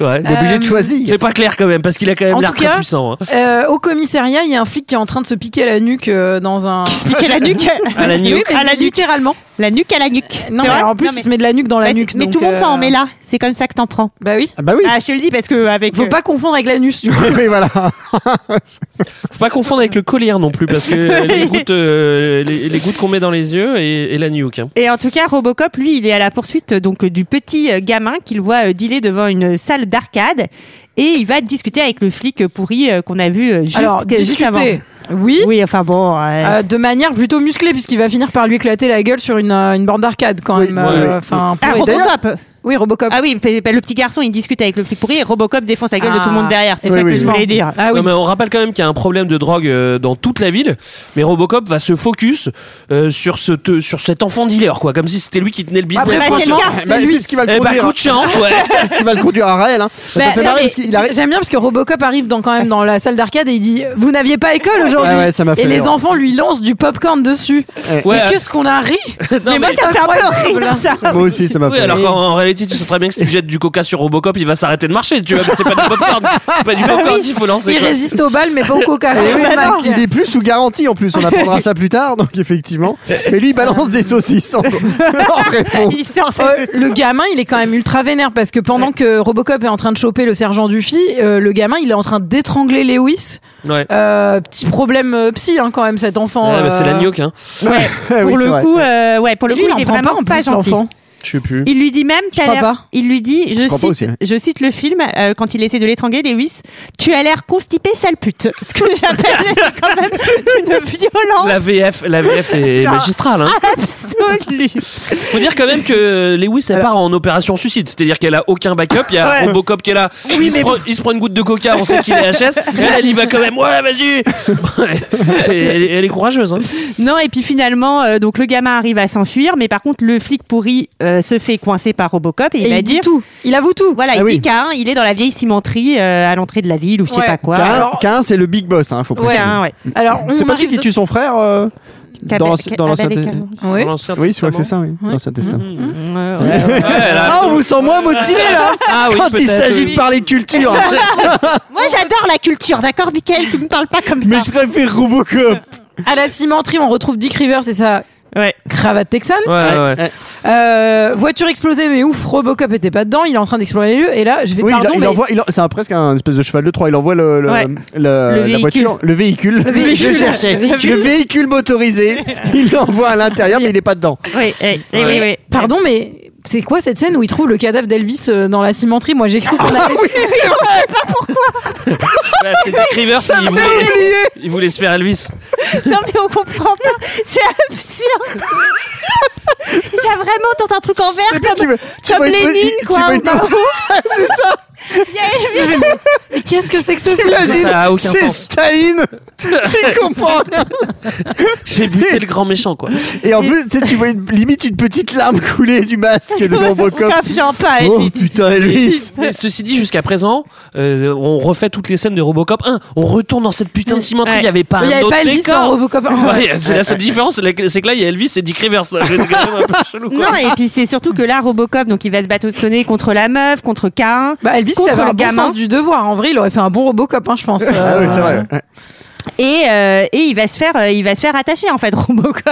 S6: Ouais.
S7: il est obligé de choisir.
S6: C'est pas clair quand même, parce qu'il a quand même
S1: Euh, En
S6: l'air
S1: tout
S6: très
S1: cas, [LAUGHS]
S6: puissant. hein.
S1: Euh, au commissariat, il y a un flic qui est en train de se piquer la nuque euh, dans un.
S8: Qui se piquait la nuque.
S6: À la
S1: [LAUGHS]
S6: nuque.
S1: Oui, mais
S8: à la nuque.
S1: littéralement. Euh,
S8: La nuque à la nuque.
S1: Non,
S8: C'est
S1: mais
S8: vrai
S1: en plus,
S8: Non, mais-
S1: il se met de la nuque dans la
S8: Ouais,
S1: nuque.
S8: c'est- mais
S1: donc,
S8: tout le monde s'en
S1: euh,
S8: met là. C'est comme ça que t'en prends.
S1: Bah oui.
S7: Ah bah oui.
S8: Ah, je te le dis parce que avec.
S1: Faut
S8: euh,
S1: pas confondre avec l'anus, du coup.
S7: [LAUGHS] Oui, voilà.
S6: Faut pas confondre avec le collier non plus, parce que les gouttes, euh, les, les gouttes qu'on met dans les yeux et, et la nuque. hein.
S8: Et en tout cas, Robocop, lui, il est à la poursuite euh, donc euh, du petit euh, gamin qu'il voit euh, dealer devant une euh, salle d'arcade et il va discuter avec le flic euh, pourri euh, qu'on a vu euh, juste,
S1: Alors,
S8: que- juste avant.
S1: discuter. Oui.
S8: Oui, enfin bon. euh,
S1: euh, de manière plutôt musclée, puisqu'il va finir par lui éclater la gueule sur une, euh, une bande d'arcade quand
S7: Oui,
S1: même.
S6: ouais,
S1: euh,
S6: oui.
S1: Enfin,
S8: ah,
S1: pour essayer-
S8: Robocop.
S1: Oui, Robocop.
S8: Ah oui, bah, bah, le petit garçon, il discute avec le flic pourri et Robocop défonce la gueule de
S1: Ah.
S8: tout le monde derrière. C'est
S7: Oui,
S8: ça
S7: oui,
S8: que je
S7: oui.
S8: voulais dire.
S1: Ah oui.
S6: Non, mais on rappelle quand même qu'il y a un problème de drogue euh, dans toute la ville, mais Robocop va se focus euh, sur, ce te- sur cet enfant dealer, quoi, comme si c'était lui qui tenait le business.
S1: Après,
S8: bah,
S6: quoi,
S8: c'est
S6: ce-
S8: le
S1: franchement,
S8: cas.
S1: c'est
S7: Bah,
S1: lui.
S7: c'est ce qui va le
S6: Eh bah,
S7: conduire.
S6: coup de chance, ouais.
S7: C'est [LAUGHS] ce qui va le conduire à Raël. Hein.
S1: Bah,
S7: ça fait
S1: non,
S7: marrer
S1: mais
S7: parce qu'il arrive.
S1: J'aime bien parce que Robocop arrive dans, quand même dans la salle d'arcade et il dit Vous n'aviez pas école aujourd'hui
S7: Ouais, ouais, ça m'a fait
S1: Et les
S7: rire.
S1: enfants lui lancent du popcorn dessus.
S7: Ouais.
S1: Mais
S6: Ouais,
S7: [LAUGHS]
S1: qu'est-ce qu'on a ri
S8: mais
S6: Non,
S8: moi,
S6: mais-
S8: ça me fait un peu rire, ça.
S7: Moi aussi, ça m'a
S6: Oui,
S7: fait.
S6: alors
S7: rire.
S6: qu'en en Spaghetti, tu sais très bien que si tu jettes du coca sur Robocop, il va s'arrêter de marcher. Tu vois, mais
S1: [LAUGHS]
S6: c'est pas du popcorn. C'est pas du popcorn, il faut lancer.
S1: Il
S6: quoi.
S1: résiste aux balles, mais pas au coca.
S7: [LAUGHS] Et oui,
S1: Mac.
S7: alors, il est plus sous garantie en plus, on apprendra ça plus tard, donc effectivement. Mais lui, il balance des saucisses en, en réponse.
S8: Il sort sa
S1: Ouais,
S8: saucisse.
S1: euh, le gamin, il est quand même ultra vénère parce que pendant que Robocop est en train de choper le sergent Dufy, euh, le gamin, il est en train d'étrangler Lewis.
S6: Ouais.
S1: Euh, petit problème euh, psy, hein, quand même, cet enfant.
S6: Ah, bah, c'est la
S1: euh,
S6: gnocque, hein.
S7: Oui,
S8: pour
S7: c'est
S8: le
S7: vrai.
S8: coup, euh, ouais, pour le
S1: Lui,
S8: coup,
S1: il en
S8: il est
S1: prend pas,
S8: vraiment
S1: en
S8: pas,
S1: plus,
S8: gentil.
S1: l'enfant.
S6: Je sais plus.
S8: Il lui dit même,
S1: Je
S8: t'as
S1: crois
S8: l'air.
S1: pas.
S8: Il lui dit, je
S7: crois
S8: cite,
S7: pas aussi, hein. ouais.
S8: je cite le film euh, quand il essaie de l'étrangler, Lewis. Tu as l'air constipé, sale pute. Ce que j'appelle quand même une violence
S6: La VF, la
S8: [LAUGHS]
S6: VF est magistrale. Hein.
S8: absolue.
S6: Faut dire quand même que Lewis elle part en opération suicide, c'est-à-dire qu'elle a aucun backup. Il y a
S8: Ouais.
S6: Robocop qui est là. il, se prend, il se prend une goutte de coca, on sait qu'il est HS.
S8: [LAUGHS]
S6: Elle, elle y va quand même. Ouais, vas-y. C'est- elle, est- elle est courageuse. Hein.
S8: Non, et puis finalement, euh, donc le gamin arrive à s'enfuir, mais par contre, le flic pourri euh, se fait coincer par Robocop et,
S1: Et
S8: il va
S1: il dit
S8: dire
S1: tout. Il avoue tout.
S8: Voilà,
S7: Ah
S8: il
S7: oui.
S8: dit qu'un, il est dans la vieille cimenterie euh, à l'entrée de la ville ou je sais
S1: Ouais.
S8: pas quoi.
S1: Qu'un-
S7: Cain,
S1: Alors-
S7: Cain, Hein c'est le big boss, hein, faut
S1: Ouais.
S7: préciser.
S8: Qu'un, ouais.
S1: Alors, on
S7: C'est pas
S1: arrive
S7: celui qui
S1: de-
S7: tue son frère euh,
S8: Qu'un-
S7: dans
S8: qu'un-
S7: l'ancien dans l'ancien
S8: avec
S7: Té-
S8: un-
S1: Ouais.
S6: Dans l'ancien
S7: Oui, je crois que c'est
S6: testament.
S7: ça, oui. Dans l'ancien Testament.
S8: Ouais, ouais.
S6: Ouais, là-
S7: Ah, on vous sent moins motivé là
S6: [LAUGHS] Ah oui,
S7: Quand il
S6: peut-être,
S7: s'agit
S6: oui.
S7: de parler
S6: [LAUGHS]
S7: culture
S8: Moi, j'adore la culture, d'accord, Michael Tu me parles pas comme ça.
S7: Mais je préfère Robocop
S1: à la cimenterie, on retrouve Dick Rivers et sa
S8: Ouais.
S1: cravate texane.
S6: Ah Ouais,
S7: Euh,
S6: ouais.
S1: Euh, voiture explosée, mais ouf, Robocop était pas dedans. Il est en train d'explorer les lieux. Et là, je vais
S7: Oui, il-
S1: pardon,
S7: il,
S1: mais
S7: envoie, il en- c'est un- presque un espèce de cheval de Troie. Il envoie le, le-
S8: Ouais.
S7: le- la
S8: véhicule.
S7: voiture, le véhicule. Le
S1: véhicule.
S7: Je cherchais.
S1: Le véhicule.
S7: Le véhicule motorisé. Il l'envoie à l'intérieur, mais il n'est pas dedans.
S8: Oui, eh, eh oui, oui.
S1: pardon, mais c'est quoi cette scène où il trouve le cadavre d'Elvis euh, dans la cimenterie Moi,
S7: [LAUGHS]
S1: j'ai cru qu'on
S7: Ah
S1: avait.
S6: Là, c'est Dick Rivers, il voulait, il voulait se faire Elvis.
S8: [LAUGHS] Non, mais on comprend pas. C'est
S1: [LAUGHS]
S8: absurde. Il a vraiment tenté un truc en vert
S7: Et puis,
S8: comme,
S7: veux-
S8: comme
S7: veux une-
S8: Lénine,
S7: tu
S8: quoi.
S7: veux une-
S1: [LAUGHS]
S7: c'est ça.
S8: Il y a Elvis.
S1: Mais Qu'est-ce que c'est que ce film
S6: Ça a
S7: T'imagines
S6: aucun
S7: C'est
S6: sens.
S7: Staline. tu comprends rien.
S6: [LAUGHS] J'ai buté le grand méchant, quoi.
S7: Et en plus, tu sais, tu vois une- limite une petite larme couler du masque de Robocop.
S8: Aucun genre pas
S7: Oh
S8: Elvis.
S7: putain, Elvis.
S6: Mais ceci dit, jusqu'à présent, euh, on refait toutes les scènes de Robocop 1. On retourne dans cette putain de cimenterie.
S8: Ouais.
S6: Il n'y avait pas
S1: Il n'y
S6: un
S1: avait
S6: autre
S1: pas Elvis
S6: décor.
S1: dans Robocop.
S6: Ouais, c'est la seule différence, c'est la- c'est que là, il y a Elvis et Dick Rivers. là. C'est quand même un peu chelou, quoi.
S8: Non, et puis c'est surtout que là, Robocop, donc il va se bâtonner contre la meuf, contre Cain.
S1: Bah, Elvis, il
S8: Contre
S1: avait
S8: le
S1: un bon
S8: gamin.
S1: sens du devoir. En vrai, il aurait fait un bon Robocop, hein, je
S8: [LAUGHS]
S1: pense.
S7: Ah
S1: Euh,
S7: oui, c'est vrai. Ouais.
S8: Et, euh, et il va se faire, euh, il va se faire attacher, en fait, Robocop.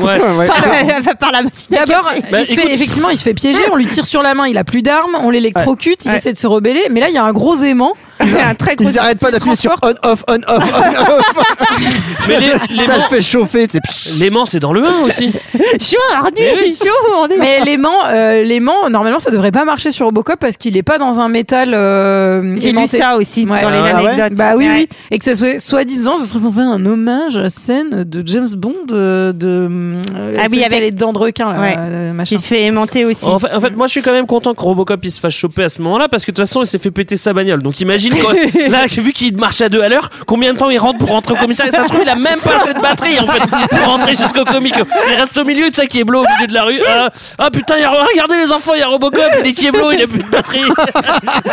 S6: Ouais.
S7: Ouais.
S8: par, la, par la machine à
S1: D'abord,
S8: café.
S6: Bah,
S1: il se
S6: écoute-
S1: fait, effectivement, il se fait piéger, on lui tire sur la main, il a plus d'armes, on l'électrocute, il
S8: Ouais.
S1: essaie de se rebeller, mais là, il y a un gros aimant.
S8: c'est un très gros.
S7: Ils arrêtent pas d'appuyer sur on off on off on
S8: [LAUGHS]
S7: off.
S6: Mais les- les
S7: ça le
S6: morts-
S7: fait chauffer. tu sais.
S6: L'aimant, c'est dans le 1 aussi.
S8: Chaud, Ardu, chaud, on est-
S1: Mais l'aimant, euh, l'aimant, normalement, ça devrait pas marcher sur Robocop parce qu'il est pas dans un métal euh,
S8: J'ai lu
S1: aimanté.
S8: ça aussi
S1: Ouais.
S8: dans les
S7: Ah ouais
S8: anecdotes.
S1: Bah oui,
S8: Ouais.
S1: oui. Et que ça soit soi-disant, ce serait pour faire un hommage à la scène de James Bond euh, de. euh,
S8: Ah oui,
S1: celle qui a
S8: avec-
S1: les dents de requin, là,
S8: Ouais.
S1: euh, machin.
S8: Qui se fait aimanter aussi.
S6: En fait, en fait, moi, je suis quand même content que Robocop il se fasse choper à ce moment-là parce que de toute façon, il s'est fait péter sa bagnole. Donc
S8: [LAUGHS]
S6: imagine, quand, là, vu qu'il marche à deux à l'heure, combien de temps il rentre pour rentrer au commissariat Ça se
S8: [LAUGHS]
S6: trouve, il a même pas assez de batterie en fait pour rentrer jusqu'au comico. Il reste au milieu de ça qui est bleu au milieu de la rue. Ah, ah, putain, il y a- regardez les enfants, il y a Robocop, il est qui est bleu, il a plus de batterie.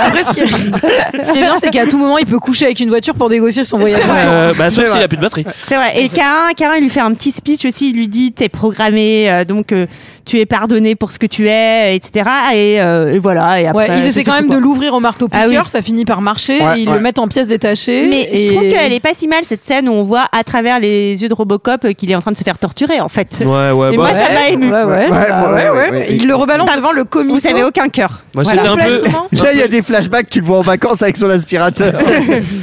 S1: Après, ce qui est, [LAUGHS] ce qui est bien, c'est qu'à tout moment, il peut coucher avec une voiture pour négocier son voyage.
S6: Euh, bah, sauf s'il a plus de batterie.
S8: Ah, C'est vrai. Et Karin, Karin, il lui fait un petit speech aussi. Il lui dit, t'es programmé, euh, donc euh, tu es pardonné pour ce que tu es, etc. Et, euh, et voilà. Et après,
S1: Ouais, ils
S8: c'est
S1: essaient
S8: surtout
S1: quand même
S8: quoi.
S1: de l'ouvrir au marteau
S8: Ah
S1: piqueur,
S8: oui.
S1: ça finit par marcher,
S7: Ouais,
S1: et ils
S7: ouais.
S1: le mettent en pièces détachées.
S8: Mais
S1: et-
S8: je trouve qu'elle est pas si mal cette scène où on voit à travers les yeux de Robocop euh, qu'il est en train de se faire torturer en fait.
S6: Ouais, ouais,
S8: Et moi, Ah, ça m'a ému.
S1: Ouais, ouais,
S7: Ouais,
S1: bah
S7: ouais,
S1: ouais,
S7: ouais,
S1: ouais.
S7: ouais.
S1: Il le rebalance devant le comico.
S8: Vous savez aucun cœur.
S6: Bah,
S1: Voilà.
S6: c'était un peu,
S1: Complètement.
S7: Là, il y a des flashbacks, tu le vois en vacances avec son
S8: [LAUGHS]
S7: aspirateur.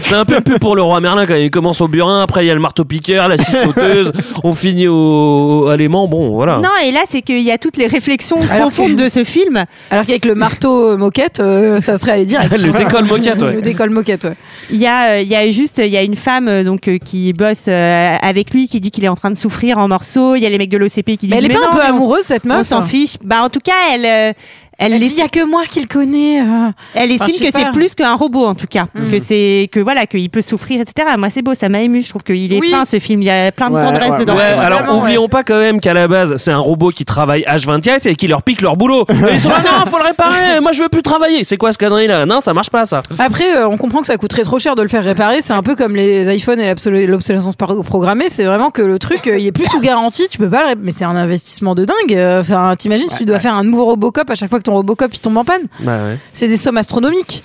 S6: c'est un peu plus pour le roi Merlin quand il commence au burin. Après, il y a le marteau piqueur, la scie
S8: [LAUGHS]
S6: sauteuse. On finit au, à l'aimant. Bon, voilà.
S8: Non, et là, c'est qu'il y a toutes les réflexions
S1: Alors
S8: profondes
S1: que-
S8: de ce film.
S1: Alors qu'avec le marteau euh, moquette, euh, ça serait aller dire.
S6: Le décolle moquette, ouais.
S1: Le décolle moquette, ouais.
S8: Il y a, euh, il y a juste, il y a une femme euh, donc euh, qui bosse euh, avec lui, qui dit qu'il est en train de souffrir en morceaux. Il y a les mecs de l'OCP qui disent.
S1: Mais elle est
S8: mais
S1: pas
S8: non,
S1: un peu
S8: mais on-
S1: amoureuse, cette meuf hein
S8: On s'en fiche. Bah, en tout cas, elle, euh, elle,
S1: Elle dit, il
S8: estime,
S1: n'y a que moi qui le connais. euh.
S8: elle estime
S1: Enfin, je sais
S8: que c'est
S1: pas.
S8: plus qu'un robot, en tout cas. Que c'est, que voilà, qu'il peut souffrir, etc. Moi, c'est beau, ça m'a ému. Je trouve qu'il est
S1: Oui.
S8: fin, ce film. Il y a plein de
S7: Ouais,
S8: tendresse
S7: ouais,
S8: dedans.
S6: Ouais, alors
S1: Vraiment,
S6: oublions pas quand même qu'à la base, c'est un robot qui travaille H24 et qui leur pique leur boulot. Et ils
S8: [LAUGHS]
S6: sont là, non, faut le réparer, moi je veux plus travailler. C'est quoi ce connerie là Non, ça marche pas ça.
S8: Bah,
S1: Après, euh, on comprend que ça coûterait trop cher de le faire réparer. C'est un peu comme les iPhones et l'obsol- l'obsolescence par- programmée. C'est vraiment que le truc, euh, il est plus sous garantie. Tu peux pas le ré- Mais c'est un investissement de dingue. Euh, Enfin, t'imagines si tu dois faire un nouveau Robocop à chaque fois que ton Robocop il tombe en panne.
S6: Bah ouais.
S1: C'est des sommes astronomiques.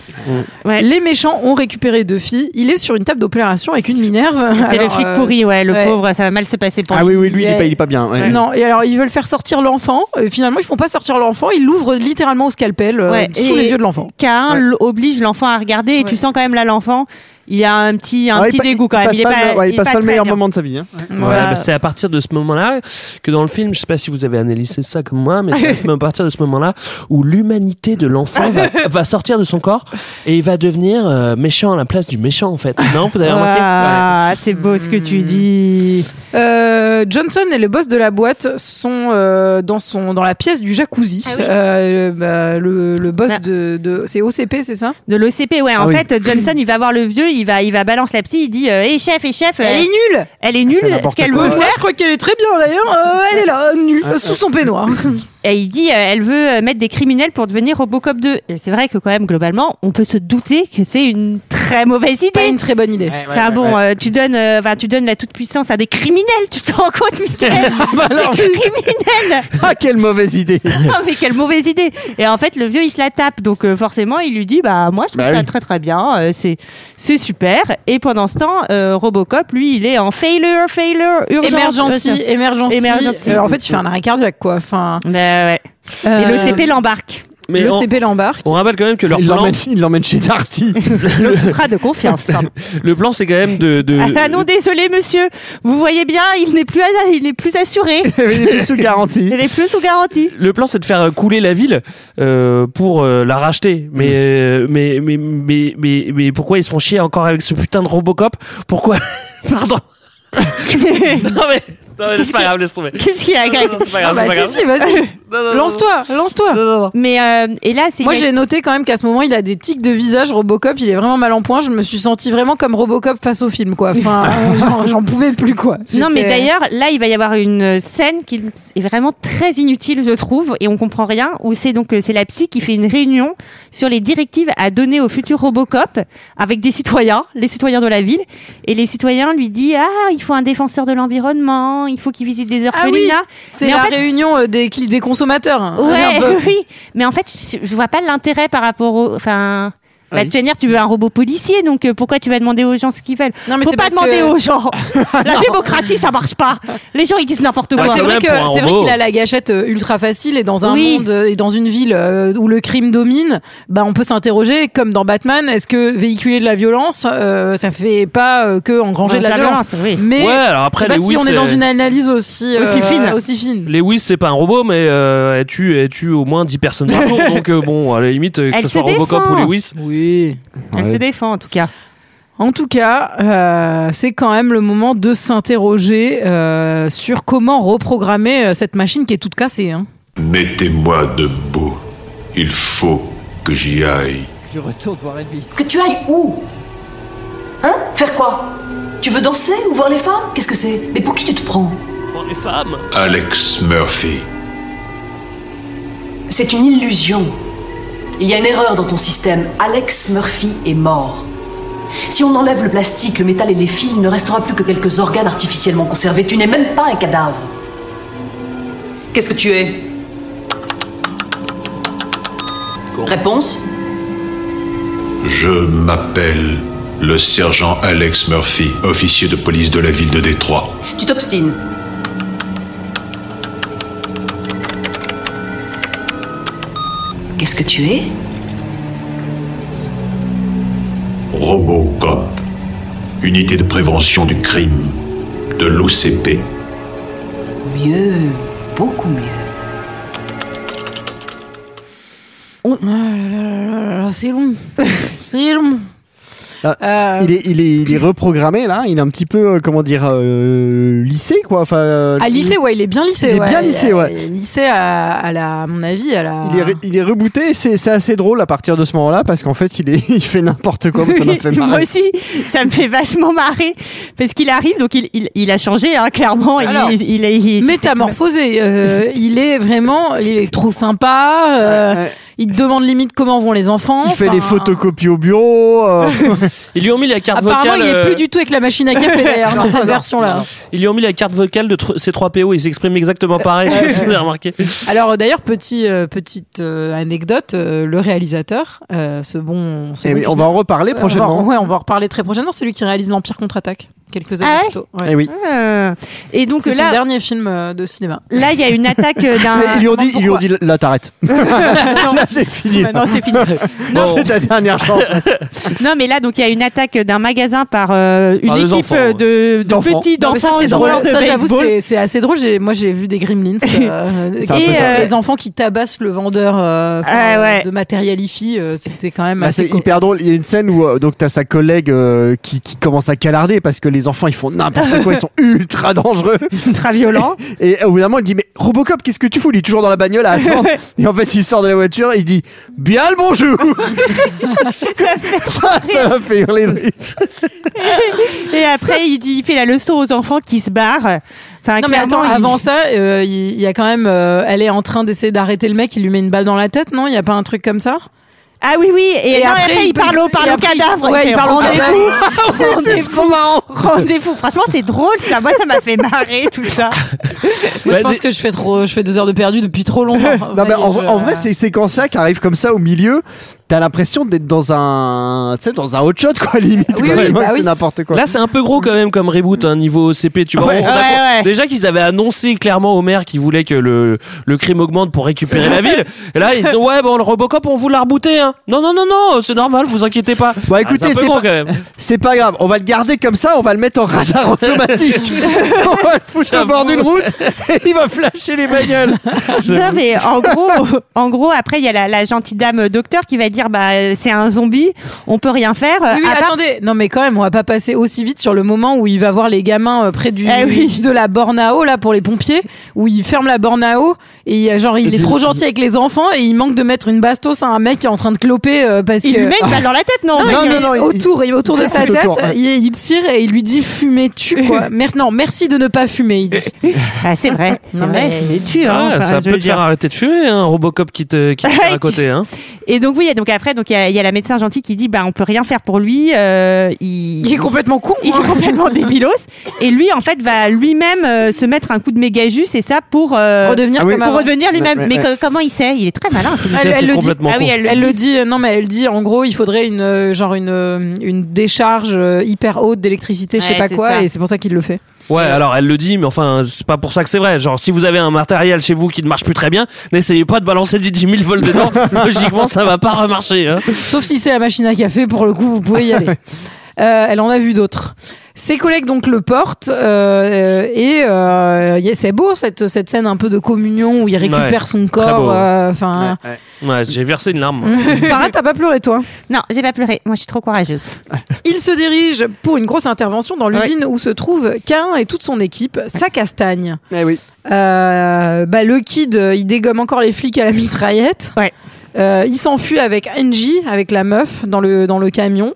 S1: Les méchants ont récupéré deux filles. Il est sur une table d'opération avec une Minerve.
S8: C'est le
S1: Alors,
S8: flic
S1: euh,
S8: pourri, ouais, le pauvre, ça va mal se passer pour
S7: Ah oui, oui, lui, il est
S1: Ouais.
S7: pas, il est pas bien. ouais.
S1: Non, et alors ils veulent faire sortir l'enfant. Euh, finalement, ils font pas sortir l'enfant. Ils l'ouvrent littéralement au scalpel euh,
S8: Ouais,
S1: sous
S8: et-
S1: les yeux de l'enfant.
S8: K1 l- oblige l'enfant à regarder et tu sens quand même là l'enfant, il a un petit, un
S7: Ah, il
S8: petit
S7: pa-
S8: dégoût quand
S7: il
S8: même.
S7: passe
S8: Il est
S7: pas le- ouais, il
S8: est
S7: passe pas le
S8: très
S7: meilleur
S8: bien.
S7: moment de sa vie. hein.
S6: Ouais,
S8: Voilà.
S6: bah, c'est à partir de ce moment-là que dans le film, je sais pas si vous avez analysé ça comme moi, mais c'est à ce- à partir de ce moment-là où l'humanité de l'enfant va, va sortir de son corps et il va devenir euh, méchant à la place du méchant en fait. Non, vous avez remarqué Ouais.
S8: Ah, c'est beau ce que tu dis.
S1: Euh, Johnson et le boss de la boîte sont euh, dans son dans la pièce du jacuzzi.
S8: Ah oui.
S1: Euh, bah, le, le boss
S8: Bah.
S1: de, de c'est OCP, c'est ça
S8: De l'OCP, ouais. En
S7: Ah oui.
S8: fait, Johnson, il va voir le vieux, il va, il va balance la psy, il dit euh, Eh chef, eh chef,
S1: Elle est
S8: euh,
S1: nulle.
S8: elle est nulle,
S7: fait n'importe
S8: ce qu'elle
S7: quoi.
S8: veut
S1: Ouais,
S8: faire.
S1: je crois qu'elle est très bien d'ailleurs. Euh, elle est là, nue, euh, sous son peignoir. [LAUGHS]
S8: Et il dit euh, Elle veut euh, mettre des criminels pour devenir Robocop 2. Et c'est vrai que, quand même, globalement, on peut se douter que c'est une très mauvaise idée.
S1: Pas une très bonne idée.
S8: Enfin bon, euh, tu donnes, euh, enfin, tu donnes la toute puissance à des criminels. Tu te rends compte, Michael Des criminels.
S7: Ah, quelle mauvaise idée
S8: [LAUGHS] Ah, mais quelle mauvaise idée. Et en fait, le vieux, il se la tape, donc euh, forcément, il lui dit, bah moi, je trouve
S7: Bah
S8: ça
S7: oui.
S8: très très bien. euh, c'est c'est super. Et pendant ce temps, euh, Robocop, lui, il est en failure, failure, urgence.
S1: Émergency, émergency.
S8: Émergency.
S1: Euh, en fait, il fait un arrêt cardiaque quoi. Enfin,
S8: Ouais, ouais. Et
S1: euh,
S8: le CP l'embarque.
S6: Mais
S1: le
S6: on,
S1: CP l'embarque.
S6: on rappelle quand même que leur
S7: Il
S6: plan,
S7: l'emmène- Il l'emmène chez
S8: [LAUGHS]
S7: Darty.
S8: Le contrat de
S6: [LAUGHS]
S8: confiance. pardon.
S6: le plan c'est quand même de, de-
S8: Ah non, désolé, monsieur. Vous voyez bien, il n'est plus, à- il n'est plus assuré.
S7: Il est sous garantie.
S8: Il est plus sous garantie.
S6: le plan c'est de faire couler la ville euh, pour euh, la racheter mais, euh, mais, mais mais mais mais pourquoi ils se font chier encore avec ce putain de Robocop pourquoi [LAUGHS]
S8: [LAUGHS]
S6: pardon non mais, non, mais c'est pas grave laisse tomber
S8: Qu'est-ce qu'il y a,
S6: Non,
S8: Greg
S6: non, c'est pas
S1: Ah
S6: grave, c'est
S1: bah
S6: pas grave.
S1: si si, vas-y.
S6: Non, non, non,
S1: Lance-toi, lance-toi.
S6: non, non, non.
S8: Mais euh, et là, c'est
S1: Moi, j'ai noté quand même qu'à ce moment, il a des tics de visage. Robocop, il est vraiment mal en point. Je me suis sentie vraiment comme Robocop face au film, quoi. Enfin,
S8: [LAUGHS]
S1: euh, genre, j'en pouvais plus, quoi.
S8: Non, mais
S1: J'étais-
S8: d'ailleurs, là, il va y avoir une scène qui est vraiment très inutile, je trouve, et on comprend rien. Où c'est donc euh, c'est la psy qui fait une réunion sur les directives à donner au futur Robocop avec des citoyens, les citoyens de la ville, et les citoyens lui disent ah il faut un défenseur de l'environnement, il faut qu'il visite des
S1: Ah oui,
S8: orphelinats.
S1: c'est
S8: Mais en
S1: la
S8: fait-
S1: réunion euh, des, cli- des consommateurs. hein.
S8: Ouais,
S1: Merde.
S8: [LAUGHS] oui. Mais en fait, je je vois pas l'intérêt par rapport au, enfin. Bah, de toute manière, tu veux un robot policier, donc euh, pourquoi tu vas demander aux gens ce qu'ils veulent
S1: euh, Non, mais
S8: Faut
S1: c'est
S8: pas
S1: parce que-
S8: demander aux gens. La démocratie, ça marche pas. Les gens, ils disent n'importe
S1: Non,
S8: quoi.
S1: mais
S6: Ouais,
S1: c'est vrai
S6: quand même,
S1: que
S6: pour un
S1: c'est vrai
S6: robot.
S1: qu'il a la gâchette euh, ultra facile et dans un
S8: Oui.
S1: monde euh, et dans une ville euh, où le crime domine, bah on peut s'interroger comme dans Batman, est-ce que véhiculer de la violence euh, ça fait pas euh, que engranger de la, violence,
S8: Bah, oui.
S1: Mais
S6: Ouais, alors après,
S1: je sais pas
S6: les
S1: si
S6: oui,
S1: on est dans
S6: c'est-
S1: une analyse aussi euh,
S8: Aussi fine.
S1: aussi fine.
S6: Lewis, c'est pas un robot, mais euh, elle, tue, elle tue au moins 10 personnes par jour.
S8: [LAUGHS]
S6: donc, euh, bon, à la limite, euh, que
S8: Elle
S6: ce soit
S8: se
S6: Robocop
S8: défend.
S6: ou Lewis.
S1: Oui.
S8: Elle
S7: Ouais.
S8: se défend en tout cas.
S1: En tout cas, euh, c'est quand même le moment de s'interroger euh, sur comment reprogrammer euh, cette machine qui est toute cassée. Hein.
S13: Mettez-moi debout. Il faut que j'y aille.
S7: Je retourne voir Elvis.
S14: Que tu ailles où Hein Faire quoi Tu veux danser ou voir les femmes Qu'est-ce que c'est Mais pour qui tu te prends
S6: Pour les femmes.
S13: Alex Murphy.
S14: C'est une illusion. Il y a une erreur dans ton système. Alex Murphy est mort. Si on enlève le plastique, le métal et les fils, il ne restera plus que quelques organes artificiellement conservés. Tu n'es même pas un cadavre. Qu'est-ce que tu es Réponse
S13: Je m'appelle le sergent Alex Murphy, officier de police de la ville de Détroit.
S14: Tu t'obstines. Qu'est-ce que tu es
S13: Robocop, unité de prévention du crime de l'OCP.
S14: Mieux, beaucoup mieux.
S8: Oh,
S1: Ah, c'est [LAUGHS] long. c'est long.
S7: Ah,
S1: Euh,
S7: Il est, il, est, il est reprogrammé là, il est un petit peu, euh, comment dire, euh, lissé quoi. Enfin, euh,
S1: à lycée, ouais, il est bien lycée.
S7: Il est bien lissé, ouais.
S1: Il est lissé à, à la, à mon avis, à la. [LAUGHS]
S7: Il est, re- il est rebooté, et c'est c'est assez drôle à partir de ce moment-là parce qu'en fait il, est, [LAUGHS] il fait n'importe quoi, mais ça
S1: [LAUGHS]
S7: m'a fait
S8: Moi
S7: marrer.
S8: aussi, ça me fait vachement marrer parce qu'il arrive, donc il, il, il a changé hein, clairement. Il-
S1: Alors,
S8: il, il, est- il-
S1: métamorphosé. euh, il est vraiment, il est trop sympa. euh,
S7: Ouais, ouais.
S1: Il te demande limite comment vont les enfants.
S7: Il fait
S1: Enfin,
S7: les photocopies au bureau. euh.
S1: [LAUGHS]
S7: [LAUGHS]
S6: Ils lui ont mis la carte
S1: Apparemment,
S6: vocale.
S1: il est
S6: euh,
S1: plus du tout avec la machine à café
S8: [LAUGHS]
S1: d'ailleurs dans cette version-là.
S6: Ils lui ont mis la carte vocale de tr- ces trois PO. Ils s'expriment exactement pareil. Je sais pas si vous avez
S8: [LAUGHS]
S6: remarqué.
S1: Alors euh, d'ailleurs, petit, euh, petite euh, anecdote, euh, le réalisateur, euh, ce bon, ce
S7: Eh
S1: bon
S7: oui,
S1: qui-
S7: on va en reparler
S1: Euh, on
S7: prochainement.
S1: va- ouais, on va en reparler très prochainement. C'est lui qui réalise l'Empire contre-attaque quelques années
S8: Ah ouais
S1: plus tôt.
S7: Eh oui.
S8: Et donc
S1: c'est
S8: là-
S1: son dernier film euh, de cinéma.
S8: Là, il y a une attaque euh, d'un.
S7: Ils lui ont
S1: Bah,
S7: dit, ils lui ont dit,
S1: [LAUGHS]
S7: là t'arrêtes. là c'est fini.
S8: Non, c'est
S6: [LAUGHS]
S8: fini.
S7: Non, c'est ta dernière chance.
S8: Non, mais là, donc il y a une attaque d'un magasin par euh, une
S7: Par des
S8: équipe
S7: enfants,
S8: euh,
S7: ouais.
S8: de, de
S7: D'enfants.
S8: petits
S1: Non, mais ça,
S8: d'enfants
S1: c'est drôle.
S8: joueurs de
S1: Ça, j'avoue,
S8: baseball.
S1: c'est- c'est assez drôle. J'ai- Moi, j'ai vu des Gremlins. euh,
S7: [LAUGHS] C'est un
S1: et
S7: peu ça. Ah
S1: euh, les enfants qui tabassent le vendeur euh, enfin, de matériel IFI, euh, c'était quand même
S7: Bah,
S1: assez
S7: c'est hyper drôle. Il y a une scène où euh, donc t'as sa collègue euh, qui, qui commence à calarder parce que les enfants ils font n'importe quoi, ils sont ultra dangereux,
S8: ultra violents.
S7: [LAUGHS] Et, et au bout d'un moment, il dit mais Robocop, qu'est-ce que tu fous Il est toujours dans la bagnole à attendre. et en fait, il sort de la voiture, et il dit bien le bonjour. ça, ça m'a fait hurler. de rire.
S8: Et après, il, dit, il fait la leçon aux enfants qui se barrent. Enfin,
S1: Non mais
S8: Ah, clairement,
S1: attends,
S8: il-
S1: avant ça, euh, il il y, a quand même, euh, elle est en train d'essayer d'arrêter le mec, il lui met une balle dans la tête, non Il y a pas un truc comme ça
S8: Ah oui oui, et, non, et après, il parle au- parle au cadavre, il
S1: Ouais,
S8: fait
S1: il parle au cadavre.
S8: rendez-vous. [LAUGHS] Rendez-vous. Rendez-vous. Franchement, c'est drôle ça. Moi, ça m'a fait marrer tout ça.
S1: Moi,
S7: Bah,
S1: je pense
S7: des-
S1: que je fais trop, je fais deux heures de perdu depuis trop longtemps.
S7: [LAUGHS] Non, mais en,
S1: Ça y est, je-
S7: en vrai, ces séquences-là qui arrivent comme ça au milieu, t'as l'impression d'être dans un, tu sais, dans un hot shot quoi, limite. quoi. Vraiment, c'est n'importe quoi.
S6: Là, c'est un peu gros quand même comme reboot, hein, niveau CP. Tu vois,
S7: Ouais.
S6: On- on a-
S7: Ouais, ouais.
S6: déjà qu'ils avaient annoncé clairement au maire qu'ils voulaient que le, le crime augmente pour récupérer
S8: [LAUGHS]
S6: la ville. Et là, ils se disent ouais, bon, le Robocop, on vous l'a rebooté. Hein. Non, non, non, non, c'est normal, vous inquiétez pas.
S7: Bon,
S6: Ah,
S7: Bah, écoutez,
S6: un peu
S7: c'est
S6: gros,
S7: pas,
S6: quand même.
S7: c'est pas grave. On va le garder comme ça. On va le mettre en radar
S6: [LAUGHS]
S7: automatique. [LAUGHS] on va le foutre au bord d'une route et il va flasher les bagnoles.
S8: Non mais en gros, en gros, après il y a la, la gentille dame docteur qui va dire bah euh, c'est un zombie, on peut rien faire.
S1: Oui, oui, attendez, non mais quand même, on va pas passer aussi vite sur le moment où il va voir les gamins euh, près du
S8: Eh oui.
S1: de la borne à eau là pour les pompiers, où il ferme la borne à eau et il y a- genre il est trop gentil avec les enfants et il manque de mettre une bastos à un mec qui est en train de cloper euh, parce
S8: Il
S1: que
S8: lui met une balle dans la tête, non
S1: non,
S8: Non,
S1: il-
S8: non, non, il-
S1: autour, il, va autour de
S8: il-
S1: sa
S8: tout
S1: tête,
S8: autour, ouais.
S1: il, il tire et il lui dit fumer tu
S8: [LAUGHS]
S1: quoi. Mer- non, merci de ne pas fumer, il dit.
S8: Ah, c'est vrai, c'est vrai, il est tu, hein,
S6: Ah,
S8: enfin,
S6: ça
S8: je veux
S6: peut te
S8: dire.
S6: faire arrêter de fumer, hein, un Robocop qui te, qui te tire à côté. Hein.
S8: Et donc oui, et donc après donc il y a, il y a la médecin gentille qui dit bah on peut rien faire pour lui, euh, il...
S1: est complètement con, hein.
S8: il est complètement débilos et lui en fait va lui-même euh, se mettre un coup de méga jus et ça pour euh,
S1: Redevenir Ah oui. comme
S8: pour
S1: avant.
S8: redevenir lui-même.
S1: Ouais, ouais,
S8: mais
S1: ouais.
S8: co- comment il sait Il est très malin. celui-là.
S1: Elle, elle le dit.
S8: Ah oui, elle le dit.
S1: dit. euh, Non, mais elle dit en gros, il faudrait une euh, genre une euh, une décharge euh, hyper haute d'électricité, je sais
S8: Ouais,
S1: pas
S8: c'est
S1: quoi,
S8: ça.
S1: et c'est pour ça qu'il le fait.
S6: Ouais, alors elle le dit, mais enfin, c'est pas pour ça que c'est vrai. Genre, si vous avez un matériel chez vous qui ne marche plus très bien, n'essayez pas de balancer du 10 000 volts
S7: [LAUGHS]
S6: dedans. Logiquement, ça va pas remarcher. Hein.
S1: Sauf si c'est la machine à café, pour le coup, vous pouvez
S8: [LAUGHS]
S1: y aller. Euh, elle en a vu d'autres. Ses collègues donc le portent euh, et euh, y- c'est beau cette, cette scène un peu de communion où il récupère
S6: Ouais,
S1: son
S6: très beau,
S1: corps.
S6: ouais.
S1: euh, Enfin,
S6: Ouais, j'ai versé une larme.
S1: Sarah, t'as pas pleuré toi
S8: Non, j'ai pas pleuré. Moi, je suis trop courageuse.
S1: Il se dirige pour une grosse intervention dans l'usine où se trouve Cain et toute son équipe, sa castagne.
S7: Eh
S1: Euh, bah, le kid, euh, il dégomme encore les flics à la mitraillette. Euh, il s'enfuit avec Angie, avec la meuf, dans le, dans le camion.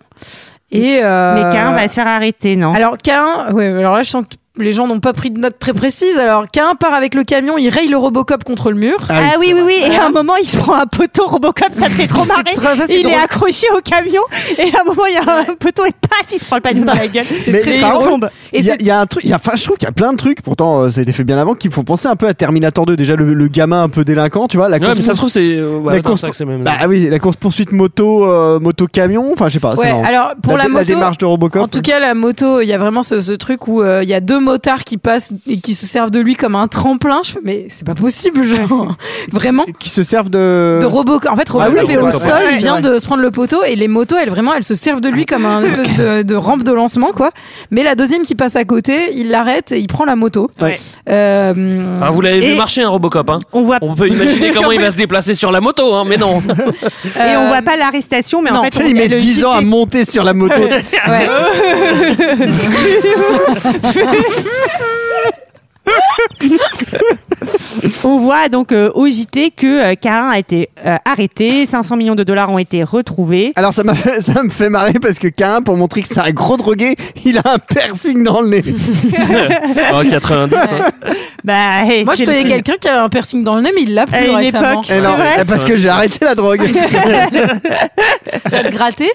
S1: Et, euh,
S8: Mais Cain va se faire arrêter, non
S1: Alors, Cain, ouais, alors là, je sens que les gens n'ont pas pris de notes très précises. Alors, Cain part avec le camion, il raye le Robocop contre le mur.
S8: Ah oui, oui, oui. Et à un moment, il se prend un poteau Robocop, ça me fait
S7: [LAUGHS]
S8: trop marrer.
S1: très- ça, c'est
S8: il
S1: drôle.
S8: est accroché au camion. Et à un moment, il y a un poteau et paf, il se prend le panneau dans la gueule.
S7: Mais
S8: Et
S7: les
S8: il
S7: paroles,
S8: tombe. Et
S7: Il y, a-
S8: c'est-
S7: il y a un truc, il y a, enfin, je trouve qu'il y a plein de trucs, pourtant euh, ça a été fait bien avant, qui me font penser un peu à Terminator 2. Déjà, le, le gamin un peu délinquant, tu vois. La
S6: Ouais, mais ça se trouve, c'est- ouais,
S7: la
S6: attends,
S7: course-
S6: c'est vrai que c'est même-
S7: Bah oui, la course-poursuite moto, moto-camion, enfin, je sais pas. c'est
S1: Ouais,
S7: marrant.
S1: alors pour la,
S7: dé-
S1: moto,
S7: la démarche de Robocop.
S1: En tout cas, la moto, il y a vraiment ce, ce truc où euh, il y a deux motards qui passent et qui se servent de lui comme un tremplin. Je fais, mais c'est pas possible,
S7: [LAUGHS]
S1: genre. Vraiment.
S7: Qui se servent de.
S1: De Robocop. En fait, Robocop
S7: Ah oui,
S1: est au
S7: ouais,
S1: sol,
S7: ouais,
S1: il vient
S7: ouais.
S1: de se prendre le poteau et les motos, elles vraiment, elles se servent de lui comme un espèce de, de rampe de lancement, quoi. Mais la deuxième qui passe à côté, il l'arrête et il prend la moto. Euh,
S6: Ah, vous l'avez
S1: et-
S6: vu marcher un Robocop, hein
S8: on, [LAUGHS]
S6: peut imaginer comment il va se déplacer sur la moto, hein, mais non.
S8: et
S1: euh,
S8: on voit pas l'arrestation, mais en fait,
S7: Tu sais,
S8: on-
S7: il met
S8: le
S7: 10 ans à
S8: JP.
S7: monter sur la [LAUGHS] moto.
S1: Ouais.
S8: On voit donc euh, au JT que euh, Carin a été euh, arrêté, 500 millions de dollars ont été retrouvés.
S7: Alors ça m'a fait- ça me fait marrer parce que Cain, pour montrer que c'est un gros drogué, il a un piercing dans le nez.
S6: en 90. hein.
S8: bah,
S1: Moi, je
S7: quel
S1: connais
S7: film.
S1: quelqu'un qui a un piercing dans le nez, mais il l'a plus
S8: À une
S1: récemment.
S8: époque, c'est
S7: non,
S8: vrai
S7: eh, parce que j'ai arrêté la drogue.
S1: Ça te
S7: [LAUGHS]
S1: grattait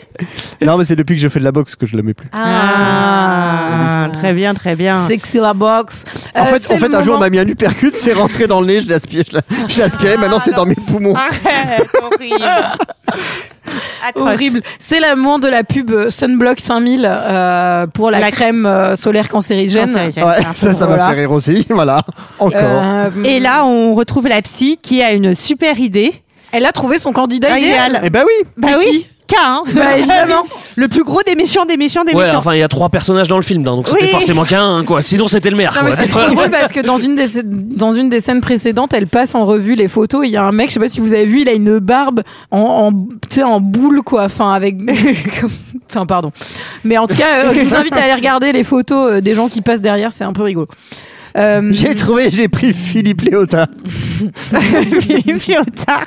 S7: non, mais c'est depuis que je fais de la boxe que je la mets plus.
S8: Ah,
S1: [LAUGHS]
S8: très bien, très bien.
S1: Sexy la box. Euh,
S7: En fait, en fait un jour, on m'a mis un uppercut, c'est rentré dans le nez, je l'aspirais, je la- je l'aspirais, maintenant c'est dans mes poumons.
S8: Arrête, horrible. Atroce.
S1: Horrible. C'est le moment de la pub euh, Sunblock 5000 euh, pour la,
S8: La-
S1: crème euh, solaire cancérigène.
S8: Cancérigène,
S7: Ouais,
S8: c'est un
S7: [LAUGHS] ça,
S8: peu
S7: ça m'a
S1: Voilà.
S7: fait rire aussi, [LAUGHS] voilà, encore.
S1: Euh,
S8: Et là, on retrouve la psy qui a une super idée.
S1: elle a trouvé son candidat
S8: Ah,
S1: idéal.
S8: idéal.
S7: Eh ben oui,
S8: Bah oui, K, hein.
S1: Bah,
S8: [LAUGHS]
S1: évidemment.
S8: Le plus gros des méchants, des méchants, des
S6: Ouais,
S8: méchants.
S6: enfin, il y a trois personnages dans le film, donc c'était
S8: Oui.
S6: forcément qu'un, hein, quoi. Sinon, c'était le maire.
S1: Non, mais
S6: quoi.
S1: Ah c'est trop drôle parce que dans une, des, dans une des scènes précédentes, elle passe en revue les photos. et Il y a un mec, je sais pas si vous avez vu, il a une barbe en, en, tu sais, en boule, quoi. Enfin, avec. [LAUGHS] comme- enfin, pardon. Mais en tout cas, euh, je vous invite à aller regarder les photos euh, des gens qui passent derrière, c'est un peu rigolo. Euh,
S7: j'ai trouvé, j'ai pris Philippe Léotard.
S8: Philippe Léotard.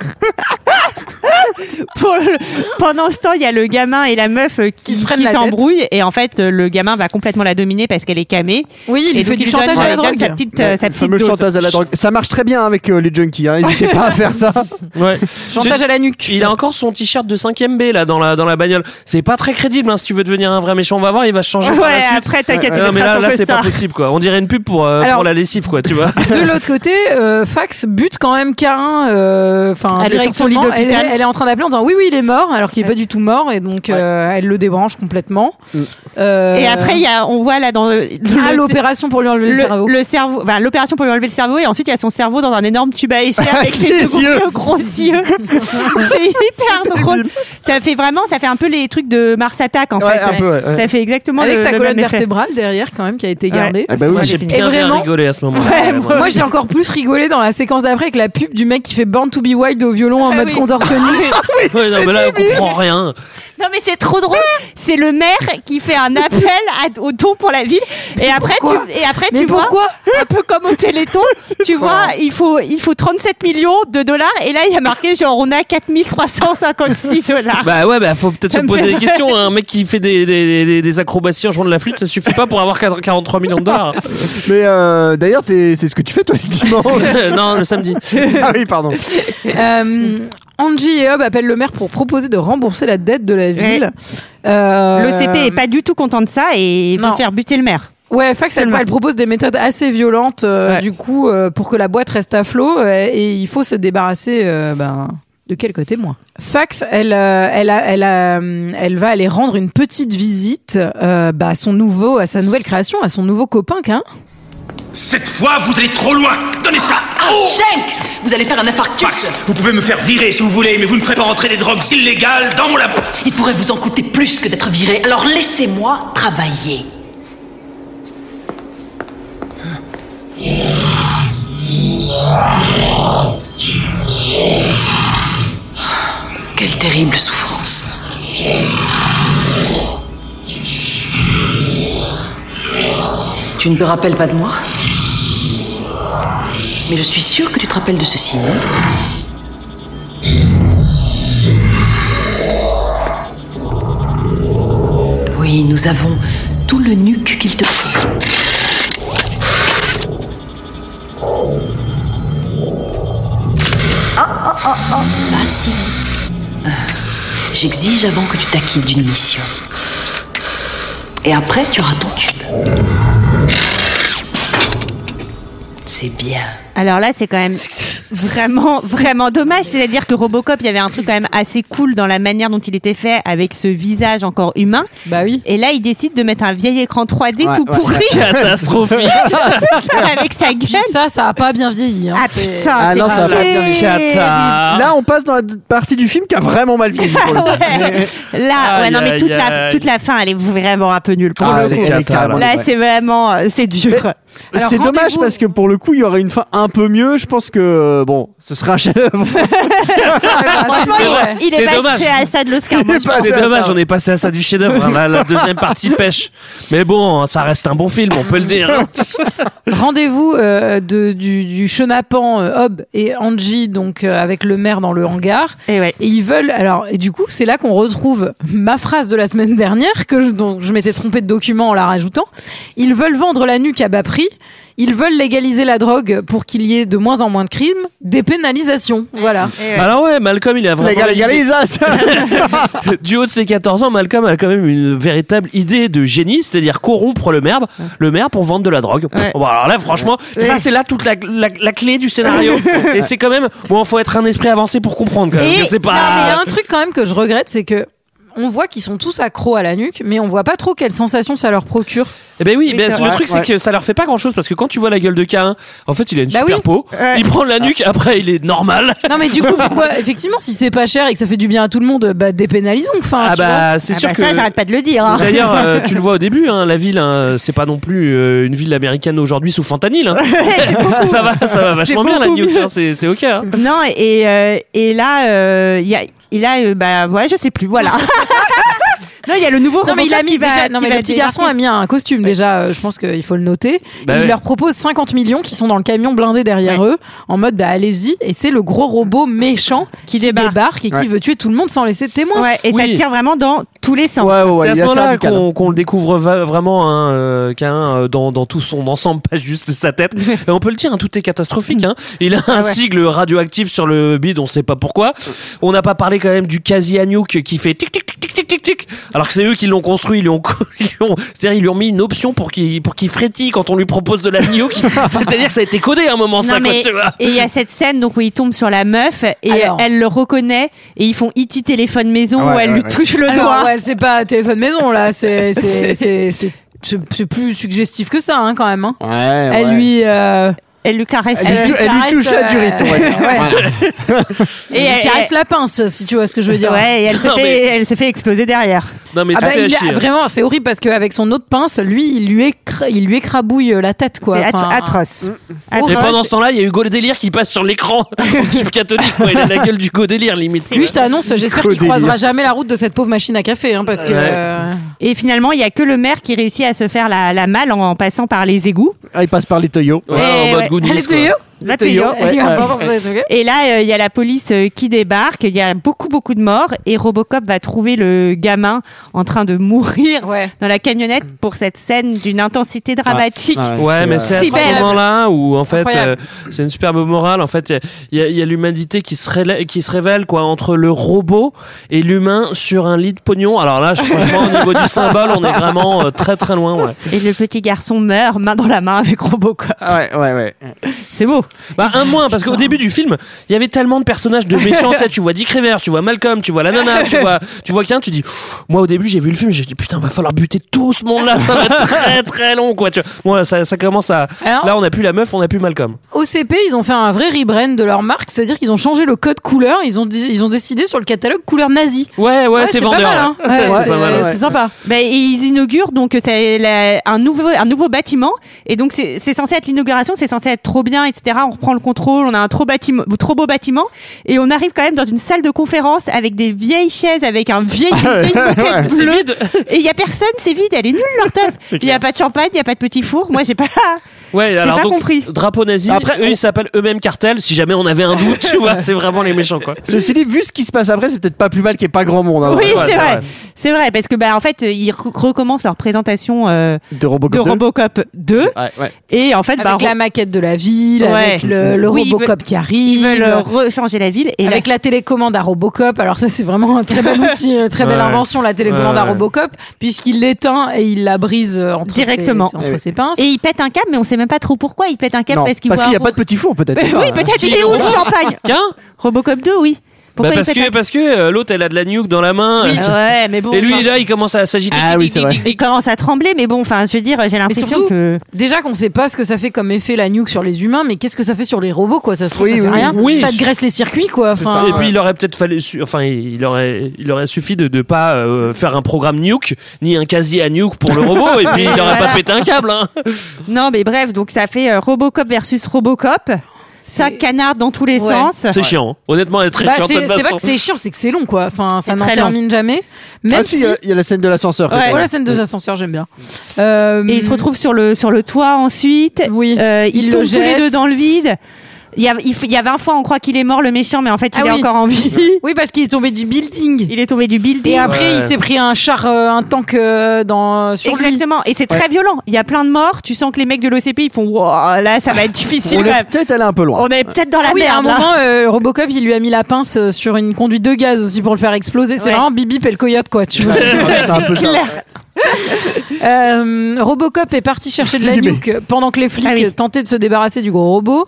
S8: Pour le- Pendant ce temps, il y a le gamin et la meuf euh, qui,
S1: Qui se prennent
S8: qui
S1: la tête.
S8: s'embrouillent et en fait euh, le gamin va complètement la dominer parce qu'elle est camée.
S1: Oui, il
S8: et
S1: lui fait
S8: donc,
S1: du
S8: lui donne-
S1: chantage à la
S8: il donne
S1: drogue.
S8: Sa petite, euh, sa
S7: Le
S8: petite
S7: fameux
S8: dose.
S7: chantage à la drogue. Ça marche très bien avec euh, les junkies, hein, n'hésitez pas à faire ça.
S6: Ouais.
S1: Chantage à la nuque.
S6: Il a encore son t-shirt de 5ème B là dans la dans la bagnole. C'est pas très crédible hein, si tu veux devenir un vrai méchant, on va voir, il va changer par la
S8: Ouais,
S6: suite.
S8: après t'inquiète,
S6: Ouais,
S8: tu
S6: mais
S8: mettras
S6: là,
S8: son
S6: là c'est pas
S8: costard.
S6: possible quoi. On dirait une pub pour, euh, pour
S1: Alors-
S6: la lessive quoi, tu vois.
S1: De l'autre côté, euh, Fax bute quand même Karin. euh, Enfin,
S8: Elle est sur
S1: directement.
S8: son lit d'hôpital.
S1: elle, est- elle est en train d'appeler en disant oui, oui, il est mort, alors qu'il est pas du tout mort, et donc euh, elle le débranche complètement. Euh,
S8: Et après, il y a, on voit là dans, le- dans
S1: à
S8: le-
S1: l'opération pour lui enlever le, cerveau.
S8: le cerveau, enfin, l'opération pour lui enlever le cerveau et ensuite il y a son cerveau dans un énorme tube à essai avec ses
S7: les
S8: deux
S7: yeux.
S8: gros gros yeux. c'est hyper drôle. Ça fait vraiment, ça fait un peu les trucs de Mars Attack en
S7: Ouais,
S8: fait.
S7: un peu, ouais, ouais.
S8: Ça fait exactement
S1: Avec
S8: le,
S1: sa
S8: le
S1: colonne
S8: même effet.
S1: vertébrale derrière quand même qui a été gardée.
S7: Ah bah oui.
S6: Moi, j'ai bien
S1: vraiment-
S6: rigolé à ce moment-là.
S1: Ouais, moi moi, j'ai encore plus rigolé dans la séquence d'après avec la pub du mec qui fait Born to be Wild au violon en mode
S8: Ah oui.
S1: contorsionniste.
S6: [LAUGHS] Ouais, non, mais là, on comprend rien.
S8: Non mais c'est trop drôle. C'est le maire qui fait un appel à- au don pour la ville et après
S1: pourquoi
S8: tu et après
S1: Mais
S8: tu vois
S1: pourquoi
S8: un peu comme au Téléthon, tu vois, il faut il faut 37 millions de dollars et là il y a marqué genre on a 4356 dollars.
S6: Bah ouais, bah faut peut-être
S8: Ça
S6: se
S8: me
S6: poser
S8: fait
S6: des questions. hein. Un mec qui fait des, des, des- des acrobaties en jouant de la flûte, ça suffit pas pour avoir 4- 43 millions de dollars.
S7: Mais euh, d'ailleurs, t'es- c'est ce que tu fais toi le
S6: [LAUGHS]
S7: dimanche.
S6: non, le samedi.
S7: ah oui, pardon.
S1: Euh, Angie et Hub appellent le maire pour proposer de rembourser la dette de la ville. Euh,
S8: Le CP est pas du tout content de ça et
S1: Non.
S8: veut faire buter le maire.
S1: Ouais, Fax, elle,
S8: Seulement.
S1: elle propose des méthodes assez violentes, euh,
S8: Ouais.
S1: du coup, euh, pour que la boîte reste à flot, euh, et il faut se débarrasser, euh, ben, de quel côté, moi Fax, elle, euh, elle, a- elle, a, hum, elle va aller rendre une petite visite euh, bah, à, son nouveau, à sa nouvelle création, à son nouveau copain, hein. qu'un.
S4: Cette fois, vous allez trop loin. Donnez ça.
S1: Ah,
S4: Oh
S14: Schenk Ah, Vous allez faire un infarctus
S4: Max, vous pouvez me faire virer si vous voulez, mais vous ne ferez pas entrer des drogues illégales dans mon labo.
S14: Il pourrait vous en coûter plus que d'être viré, alors laissez-moi travailler. Quelle terrible souffrance. Tu ne te rappelles pas de moi Mais je suis sûre que tu te rappelles de ceci, non Oui, nous avons tout le nuque qu'il te faut. Pas si. Ah. J'exige avant que tu t'acquittes d'une mission. Et après, tu auras ton tube. C'est bien.
S8: Alors là, c'est quand même vraiment, vraiment dommage. C'est-à-dire que Robocop, il y avait un truc quand même assez cool dans la manière dont il était fait avec ce visage encore humain.
S1: Bah oui.
S8: Et là, il décide de mettre un vieil écran 3D
S7: Ouais,
S8: tout
S7: ouais,
S8: pourri
S6: Catastrophique.
S8: avec sa gueule.
S1: Puis ça, ça a pas bien vieilli. hein.
S8: Ah
S1: C'est-
S8: putain,
S7: Ah
S8: [LAUGHS] c'est
S7: non, ça va
S8: terrible.
S7: bien, Là, on passe dans la d- partie du film qui a vraiment mal vieilli. pour le
S6: [LAUGHS]
S7: coup.
S8: Ouais. Là, ouais,
S6: Aïe,
S8: non, mais
S6: aïe,
S8: toute la,
S6: aïe.
S8: toute la fin, elle est vraiment un peu nulle pour
S7: Ah,
S8: le
S7: c'est
S8: coup.
S7: cata, là.
S6: carrément
S8: Là, c'est vraiment, euh, c'est dur.
S1: Alors,
S7: C'est dommage
S1: rendez-vous-
S7: parce que pour le coup, il y aurait une fin un peu mieux. Je pense que euh, bon, ce sera un chef-d'œuvre.
S8: Franchement,
S6: c'est
S8: il-
S6: vrai.
S8: il, est
S6: C'est
S8: passé
S6: dommage.
S8: à ça de l'Oscar. moi, je pense.
S6: C'est dommage, on est passé à ça du chef-d'œuvre. hein. La, la deuxième partie pêche. Mais bon, ça reste un bon film, on peut le dire.
S1: rendez-vous euh, de- du, du chenapan euh, Hob et Angie, donc euh, avec le maire dans le hangar.
S8: Et,
S1: ils veulent. Alors, et du coup, c'est là qu'on retrouve ma phrase de la semaine dernière, que je, dont je m'étais trompée de document en la rajoutant. Ils veulent vendre la nuque à bas prix. Ils veulent légaliser la drogue pour qu'il y ait de moins en moins de crimes. Des pénalisations. Voilà.
S6: Alors ouais, Malcolm, il a vraiment...
S1: gars, les gars, les
S6: [LAUGHS] Du haut de ses 14 ans, Malcolm a quand même une véritable idée de génie, c'est-à-dire corrompre le maire, le maire pour vendre de la drogue. Bon, bah, alors là, franchement,
S8: Ouais.
S6: ça c'est là toute la, la- la clé
S8: [LAUGHS]
S6: du scénario. Et c'est quand même... Bon, faut être un esprit avancé pour comprendre. Quand même.
S1: Et-
S6: C'est euh, pas...
S1: non, mais il y a un truc quand même que je regrette, c'est que on voit qu'ils sont tous accros à la nuque, mais on voit pas trop quelle sensation ça leur procure.
S6: Eh ben oui,
S1: Oui,
S6: mais
S1: c'est
S6: le
S1: vrai.
S6: truc c'est
S1: Ouais.
S6: que ça leur fait pas grand chose parce que quand tu vois la gueule de K1, en fait il a une
S1: Bah
S6: super
S1: oui.
S6: peau, il prend de la nuque, après il est normal.
S1: Non mais du coup pourquoi effectivement si c'est pas cher et que ça fait du bien à tout le monde bah dépénalisons enfin
S6: Ah
S1: tu
S6: bah
S1: vois.
S6: c'est sûr que
S8: pas de le dire.
S1: hein.
S6: D'ailleurs, euh, tu le vois au début, hein, la ville, hein, c'est pas non plus euh, une ville américaine aujourd'hui sous fentanyl. hein. [LAUGHS] ça va, ça va vachement
S8: C'est
S6: bien la
S8: beaucoup.
S6: New York, hein, c'est c'est ok. hein.
S8: Non, et, euh, et là, euh, il y a, et là, euh, bah, ouais, je sais plus, voilà. non, il y a le nouveau
S1: Non mais il a
S8: Robocop
S1: mis
S8: qui va-
S1: déjà non
S8: qui
S1: mais
S8: va
S1: le petit garçon a mis un costume déjà euh, je pense qu'il faut le noter
S6: Bah
S1: Et il
S6: ouais.
S1: leur propose 50 millions qui sont dans le camion blindé derrière eux en mode bah allez-y et c'est le gros robot méchant qui débarque, et
S6: Ouais.
S1: qui veut tuer tout le monde sans laisser de témoin.
S8: Ouais, et ça Oui. tire vraiment dans tous les sens.
S6: c'est à ce moment-là
S1: hein.
S6: qu'on qu'on le découvre va- vraiment hein, euh, qu'un, euh, dans, dans tout son ensemble, [LAUGHS] pas juste sa tête. Et on peut le dire, hein, tout est catastrophique. hein. Il a un
S7: ouais.
S6: sigle radioactif sur le bide, on sait pas pourquoi. On n'a pas parlé quand même du quasi Anouk qui fait tic tic tic tic tic tic tic. Alors que c'est eux qui l'ont construit, ils lui ont, [LAUGHS] ils lui ont- c'est-à-dire ils lui ont mis une option pour qu'il pour qu'il frétille quand on lui propose de
S1: [LAUGHS]
S6: la Anouk. c'est-à-dire que ça a été codé à un moment ça.
S8: Non, mais-
S6: quoi, tu vois.
S8: et il y a cette scène donc où il tombe sur la meuf et
S1: Alors.
S8: elle le reconnaît et ils font iti téléphone maison où elle lui touche le
S1: Alors,
S8: doigt.
S1: ouais, c'est pas téléphone maison là, c'est [LAUGHS] c'est- c'est- c'est- c'est- c'est plus suggestif que ça hein, quand même. hein.
S6: Eh
S1: elle lui euh,
S8: elle lui caresse euh,
S7: Elle lui tou- elle lui touche la durite, on va dire.
S8: [LAUGHS]
S1: et elle lui caresse la pince si tu vois ce que je veux dire.
S8: Ouais, et
S6: [LAUGHS]
S8: elle se fait, elle se fait exploser derrière.
S6: Non mais
S1: Ah
S6: tout
S1: bah,
S6: est à
S1: il a-
S6: chier. hein.
S1: vraiment, c'est horrible parce qu'avec son autre pince, lui, il lui, écra- il lui écrabouille euh, la tête quoi.
S8: C'est at-
S1: Enfin,
S8: atroce.
S7: Mm.
S6: Et pendant ce temps-là, il y a Hugo Délire qui passe sur [LAUGHS] l'écran. Je suis catholique, quoi. Il a la gueule du Hugo Délire, limite.
S1: Lui, je t'annonce, j'espère qu'il
S6: Hugo
S1: croisera
S6: Délire.
S1: jamais la route de cette pauvre machine à café hein, parce que.
S6: Ouais.
S1: euh,
S8: Et finalement, il y a que le maire qui réussit à se faire la, la malle en, en passant par les égouts.
S7: Ah, il passe par les Toyo.
S8: Ouais, en mode Goonies, quoi. La tuyau.
S1: [LAUGHS]
S8: Et là, euh, il y a la police euh, qui débarque, il y a beaucoup, beaucoup de morts, et Robocop va trouver le gamin en train de mourir dans la camionnette pour cette scène d'une intensité dramatique.
S6: Ouais, mais c'est à
S8: Si
S6: ce
S8: belle.
S6: moment-là où en fait
S8: Incroyable.
S6: euh, c'est une superbe morale. En fait, il y a, il y a l'humanité qui se révèle, qui se révèle quoi entre le robot et l'humain sur un lit de pognon. Alors là, je- franchement, au niveau du symbole, on est vraiment euh, très très loin. Ouais.
S8: Et le petit garçon meurt main dans la main avec Robocop.
S7: ah Ouais, ouais, ouais.
S8: C'est beau.
S6: Bah un de moins parce qu'au début du film, il y avait tellement de personnages de méchants. tu sais, tu vois Dick River, tu vois Malcolm, tu vois la nana, tu vois, tu vois qu'un, tu dis. Pff, Moi au début, j'ai vu le film, j'ai dit putain, va falloir buter tout ce monde-là. Ça va être très très long quoi. Tu vois. Bon, là, ça, ça commence à.
S1: Alors
S6: là, on a plus la meuf, on a plus Malcolm.
S1: OCP, ils ont fait un vrai rebrand de leur marque, c'est-à-dire qu'ils ont changé le code couleur, ils ont, dis- ils ont décidé sur le catalogue couleur nazi.
S6: Ouais, ouais,
S1: c'est
S6: c'est
S1: pas
S6: vendeur,
S1: mal, hein. Ouais,
S6: ouais. Ouais,
S1: c'est-
S6: c'est pas mal, ouais.
S1: C'est sympa.
S8: Ben, et ils inaugurent donc euh, c'est la- un nouveau un nouveau bâtiment et donc c'est c'est censé être l'inauguration, c'est censé être trop bien, etc. On reprend le contrôle, on a un trop bâtiment, trop beau bâtiment et on arrive quand même dans une salle de conférence avec des vieilles chaises, avec un vieil une vieille moquette
S6: hein. C'est
S8: bleue.
S6: vide.
S8: et il y a personne, c'est vide, elle est nulle leur table. Il y a pas de champagne, il y a pas de petit four. Moi j'ai pas.
S6: Ouais, alors
S8: pas
S6: donc
S8: compris.
S6: drapeau nazi.
S8: Après,
S6: eux ils s'appellent eux-mêmes cartel. Si jamais on avait un doute, tu vois, c'est vraiment les méchants quoi.
S7: Ceci dit, vu ce qui se passe après, c'est peut-être pas plus mal qu'il n'y ait pas grand monde. hein.
S8: Oui, c'est vrai. C'est vrai parce que bah en fait ils re- recommencent leur présentation euh,
S7: De Robocop 2.
S8: Robocop 2
S7: Ouais, ouais.
S8: et en fait
S1: Avec
S8: bah,
S1: la maquette de la ville, avec le, le
S8: Oui, ils
S1: Robocop
S8: veulent-
S1: qui arrive.
S8: Ils veulent euh, rechanger la ville et
S1: avec la télécommande à Robocop. Alors ça, c'est vraiment un très bel outil, euh, très belle
S8: Ouais.
S1: invention, la télécommande à
S8: Ouais.
S1: Robocop, puisqu'il l'éteint et il la brise euh, entre
S8: directement
S1: ses, entre ses pinces.
S8: Et il pète un câble, mais on sait même pas trop pourquoi il pète un câble
S1: Non,
S8: parce qu'il
S1: parce
S8: voit
S1: qu'il y
S8: un
S1: a pas
S8: ro-
S1: de petit four, peut-être,
S8: Mais
S1: c'est ça,
S8: oui,
S1: hein.
S8: peut-être il est où le champagne
S6: Tiens.
S8: Robocop 2, oui. Pourquoi
S6: Bah,
S8: il
S6: parce
S8: pète
S6: que parce que euh, l'autre elle a de la nuque dans la main.
S8: Oui.
S6: et-
S8: Ouais, mais bon,
S6: Et lui
S8: enfin. Ah,
S6: là il commence à s'agiter.
S7: Ah
S8: un- Il commence à trembler, mais bon, enfin, je veux dire, j'ai
S1: Mais
S8: l'impression
S1: surtout,
S8: que.
S1: déjà qu'on sait pas ce que ça fait comme effet la nuque sur les humains, mais qu'est-ce que ça fait sur les robots, quoi Ça se trouve,
S6: Oui,
S1: ça fait
S6: oui,
S1: rien.
S6: oui.
S1: ça te graisse les circuits, quoi.
S6: C'est
S1: Enfin, euh,
S6: ça. Et puis il aurait peut-être fallu, su- enfin il aurait, il aurait suffi de ne pas euh, faire un programme nuke ni un casier à nuke pour le robot et puis il aurait
S8: Voilà.
S6: pas pété un câble. Hein.
S8: Non, mais bref, donc ça fait euh, Robocop versus Robocop. ça canarde dans tous les
S1: Ouais.
S8: sens.
S6: C'est chiant. Honnêtement, elle est très
S1: Bah,
S6: chiante
S1: c'est
S6: cette
S1: c'est pas
S6: baston.
S1: que c'est chiant, c'est que c'est long quoi. Enfin, ça
S8: C'est
S1: n'en
S8: très long.
S1: termine jamais. Même
S7: ah si, il
S1: si.
S7: y a- il y, a la scène de l'ascenseur.
S1: Ouais.
S7: quand même.
S1: la scène de l'ascenseur, j'aime bien. Euh,
S8: Et ils se retrouvent sur le sur le toit ensuite.
S1: Oui.
S8: Euh, ils
S1: Ils le
S8: tombent tous les
S1: jettent.
S8: deux dans le vide. Il y a il, f- il y a 20 fois on croit qu'il est mort le méchant mais en fait il
S1: Ah
S8: est
S1: oui.
S8: encore en vie.
S1: [LAUGHS] Oui, parce qu'il est tombé du building.
S8: Il est tombé du building.
S1: Et après,
S6: Ouais.
S1: il s'est pris un char, euh, un tank euh, dans, sur lui.
S8: Exactement. Et c'est très violent. Il y a plein de morts. Tu sens que les mecs de l'OCP ils font Wouah, là ça va être difficile
S7: On
S8: quand
S7: est
S8: même.
S7: peut-être allé un peu loin.
S8: On est peut-être dans la
S1: Ah oui, à un
S8: merde là.
S1: moment, euh, Robocop, il lui a mis la pince euh, sur une conduite de gaz aussi pour le faire exploser. C'est
S8: Ouais.
S1: vraiment Bibi et le coyote, quoi. Tu vois. [LAUGHS]
S7: [LAUGHS] Ouais, c'est un
S8: [LAUGHS]
S7: peu ça.
S1: Euh, Robocop est parti chercher de la
S7: Il est
S1: nuque pendant que les flics
S8: Ah oui.
S1: tentaient de se débarrasser du gros robot.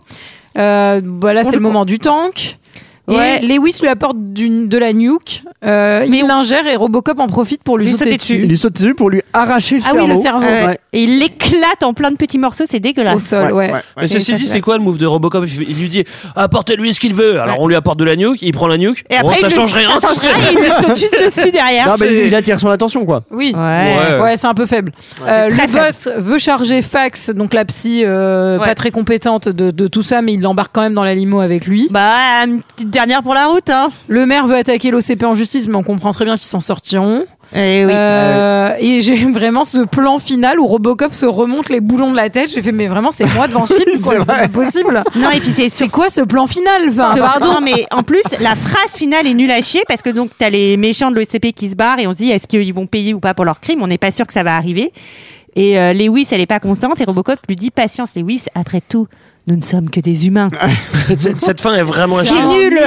S1: Euh, voilà,
S8: On
S1: c'est
S8: le-
S1: le moment du tank.
S8: Ouais.
S1: Et Lewis lui apporte d'une- de la nuque. Euh, il l'ingère et Robocop en profite pour lui,
S8: Lui
S1: sauter,
S8: sauter
S1: dessus.
S7: Il lui saute dessus pour lui arracher le
S1: Ah oui,
S7: cerveau.
S1: le cerveau.
S8: Ouais.
S7: Ouais.
S8: Et il l'éclate en plein de petits morceaux. C'est dégueulasse.
S1: Au sol, ouais.
S6: Mais ceci dit, c'est quoi le move de Robocop Il il lui dit apportez-lui ce qu'il veut. Alors on lui apporte de la nuque, il prend la nuque.
S8: Et
S6: Bon,
S8: après, il
S6: ça
S8: lui-
S6: change rien.
S8: Ça change rien. Il lui saute juste dessus derrière.
S7: Non, mais
S8: C'est-
S7: il- il attire son attention, quoi.
S1: Oui.
S8: Ouais.
S6: Ouais.
S1: Ouais, c'est un peu faible. Euh, le
S8: Très faible.
S1: boss veut charger Fax, donc la psy euh,
S8: Ouais.
S1: pas très compétente de, de tout ça, mais il l'embarque quand même dans la limo avec lui.
S8: Bah, une petite dernière pour la route, hein.
S1: Le maire veut attaquer l'OCP en justice, mais on comprend très bien qu'ils s'en sortiront.
S8: Eh
S1: Euh, Et j'ai [LAUGHS] vraiment ce plan final où Robocop se remonte les boulons de la tête. J'ai fait, mais vraiment, c'est moi devant ce film, quoi.
S7: C'est
S1: c'est
S7: vrai.
S1: pas possible.
S8: Non, et puis c'est
S1: C'est quoi ce plan final enfin,
S8: Ce-
S1: Pardon.
S8: Non, mais en plus, la phrase finale est nulle à chier parce que donc t'as les méchants de l'OCP qui se barrent et on se dit est-ce qu'ils vont payer ou pas pour leur crime On n'est pas sûr que ça va arriver. Et euh, Lewis, elle est pas contente et Robocop lui dit patience, Lewis. Après tout, nous ne sommes que des humains.
S6: Cette cette fin est vraiment
S1: C'est
S6: chiante.
S1: nul.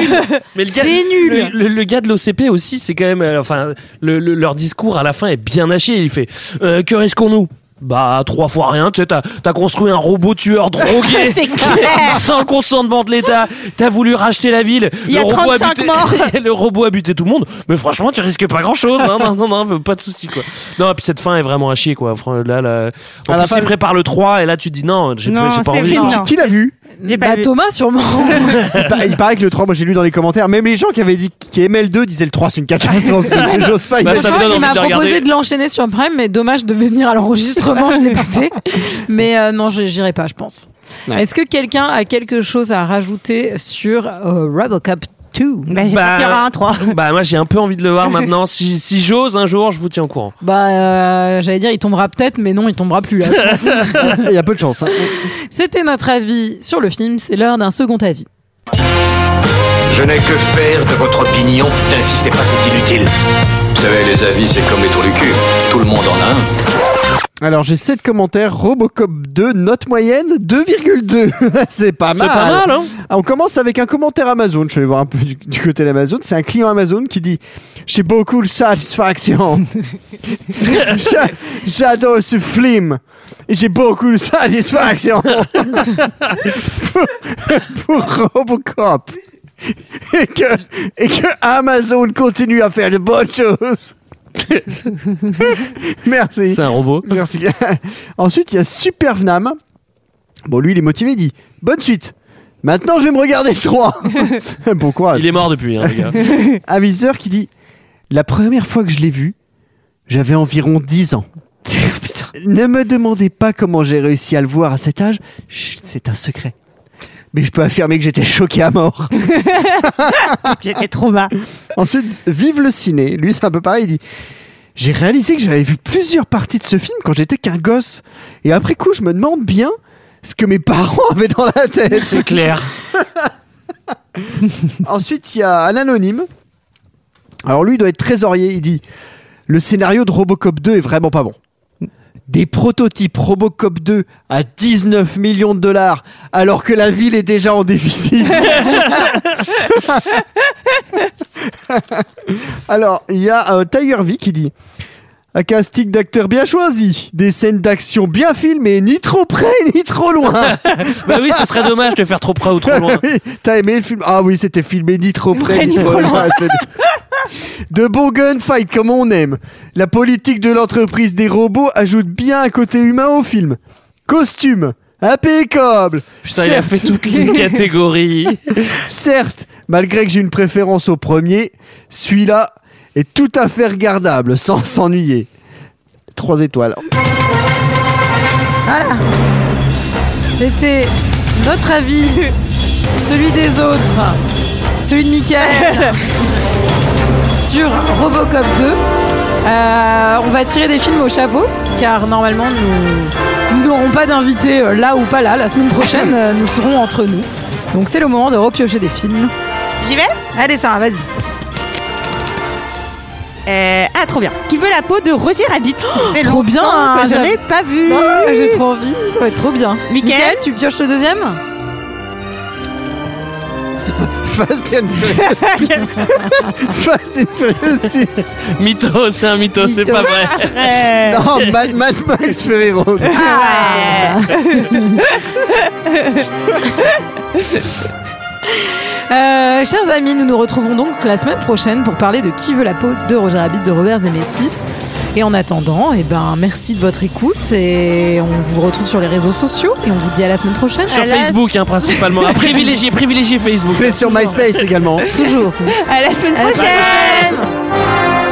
S6: Mais le gars,
S1: C'est nul.
S6: Le, le- le gars de l'OCP aussi, c'est quand même. euh, Enfin, le- le- leur discours à la fin est bien haché. Il fait euh, Que risquons-nous bah trois fois rien, tu sais, t'as t'as construit un robot tueur
S8: [LAUGHS]
S6: drogué
S8: C'est clair.
S6: [LAUGHS] sans le consentement de l'État, t'as voulu racheter la ville,
S8: Il y a
S6: le, robot
S8: 35
S6: buté,
S8: morts.
S6: [LAUGHS] le robot a buté tout le monde, mais franchement tu risques pas grand chose, non, non, non, pas de soucis quoi. Non, et puis cette fin est vraiment à chier quoi, Fran- là, là, en
S7: À la
S6: plus
S7: fin-
S6: il prépare le 3 et là tu te dis non, j'ai
S8: Non,
S6: j'ai pas
S8: c'est
S6: envie.
S8: vrai,
S6: quoi.
S8: non.
S7: Qui l'a vu
S8: J'ai pas
S1: Bah,
S8: vu.
S1: Thomas, sûrement.
S7: il, pa- il paraît que le 3, moi j'ai lu dans les commentaires, même les gens qui avaient dit qui aimaient le 2 disaient le 3 c'est une catastrophe. Donc, J'ose pas
S6: Bah,
S7: imaginer.
S6: ça
S1: Franchement,
S6: me donne
S1: il
S6: envie
S1: m'a
S6: de le
S1: proposé
S6: regarder.
S1: de l'enchaîner sur Prime, mais dommage, je devais venir à l'enregistrement, je l'ai pas fait. Mais euh, non, je- j'irai pas, je pense. Est-ce que quelqu'un a quelque chose à rajouter sur euh, Robocop 2
S8: Bah, j'espère
S6: Bah,
S8: qu'il y aura un 3.
S6: [LAUGHS] Bah moi j'ai un peu envie de le voir maintenant. Si, si j'ose un jour, je vous tiens au courant.
S1: Bah, euh, j'allais dire, il tombera peut-être, mais non, il tombera plus. là.
S7: Il y a peu de chance. hein.
S1: C'était notre avis sur le film. C'est l'heure d'un second avis.
S2: Je n'ai que faire de votre opinion. N'insistez pas, c'est inutile.
S9: Vous savez, les avis, c'est comme les trous du cul. Tout le monde en a un.
S7: Alors j'ai 7 commentaires, Robocop 2, note moyenne 2,2. [LAUGHS] c'est pas
S6: C'est
S7: mal.
S6: pas mal, hein
S7: Ah, on commence avec un commentaire Amazon. Je vais voir un peu du, du côté de l'Amazon. C'est un client Amazon qui dit J'ai beaucoup de satisfaction. J'a- J'adore ce film. Et J'ai beaucoup de satisfaction. pour, pour Robocop. Et que, et que Amazon continue à faire de bonnes choses. Merci.
S6: C'est un robot.
S7: Merci. [LAUGHS] Ensuite, il y a Supervnam. Bon, lui, il est motivé, il dit Bonne suite. Maintenant, je vais me regarder le 3. [LAUGHS] bon courage.
S6: Il est mort depuis, hein, les gars.
S7: Un visiteur qui dit La première fois que je l'ai vu, j'avais environ 10
S6: [LAUGHS]
S7: ans. ne me demandez pas comment j'ai réussi à le voir à cet âge. Chut, C'est un secret. Mais je peux affirmer que j'étais choqué à mort.
S8: J'étais trop bas.
S7: Ensuite, vive le ciné. Lui, c'est un peu pareil. Il dit J'ai réalisé que j'avais vu plusieurs parties de ce film quand j'étais qu'un gosse. Et après coup, je me demande bien ce que mes [LAUGHS] parents avaient dans la tête.
S6: C'est clair.
S7: [LAUGHS] Ensuite, il y a un anonyme. Alors, lui, il doit être trésorier. Il dit Le scénario de Robocop 2 est vraiment pas bon. Des prototypes Robocop 2 à 19 millions de dollars alors que la ville est déjà en déficit. [LAUGHS] alors, il y a euh, Tiger V qui dit un casting d'acteurs bien choisi, des scènes d'action bien filmées, ni trop près ni trop loin.
S6: bah oui, ce serait dommage de faire trop près ou trop loin.
S7: [LAUGHS] Oui, T'as aimé le film Ah oui, c'était filmé ni trop près, ni trop loin. [LAUGHS] c'est bien. De bons gunfights comme on aime. La politique de l'entreprise des robots ajoute bien un côté humain au film. Costume, impeccable.
S6: Putain, il a
S7: Certes-
S6: fait toutes les catégories.
S7: [LAUGHS] Certes, malgré que j'ai une préférence au premier, celui-là est tout à fait regardable sans s'ennuyer. Trois étoiles. [LAUGHS]
S1: Voilà. C'était notre avis celui des autres, celui de
S8: [LAUGHS]
S1: Michael sur Robocop 2. Euh, on va tirer des films au chapeau, car normalement nous nous n'aurons pas d'invités euh, là ou pas là. La semaine prochaine, euh, nous serons entre nous. Donc c'est le moment de repiocher des films.
S8: J'y vais
S1: Allez, Sarah, vas-y.
S8: Euh, ah, trop bien. Qui veut la peau de Roger Rabbit Ça fait
S1: Trop bien,
S8: longtemps que
S1: hein,
S8: Je
S1: j'av-
S8: l'ai pas vu.
S1: Ah, J'ai trop envie, ça va être trop bien.
S8: Mickaël
S1: Mickaël, tu pioches le deuxième
S7: Fast and [LAUGHS] Furious. Fast and Furious 6.
S6: Mytho, c'est un mytho, hein, c'est pas vrai.
S1: Ah [LAUGHS]
S7: Non, Mad, Mad Max Fury Road.
S1: Euh, chers amis, nous nous retrouvons donc la semaine prochaine pour parler de Qui veut la peau de Roger Rabbit de Robert Zemeckis. Et en attendant, eh ben, merci de votre écoute et on vous retrouve sur les réseaux sociaux et on vous dit à la semaine prochaine.
S6: Sur
S1: [LAUGHS]
S6: Facebook, hein, principalement. Ah, privilégié, privilégié Facebook.
S7: Mais sur MySpace également.
S1: Toujours.
S8: À la semaine
S1: À la semaine
S8: prochaine.
S1: prochaine.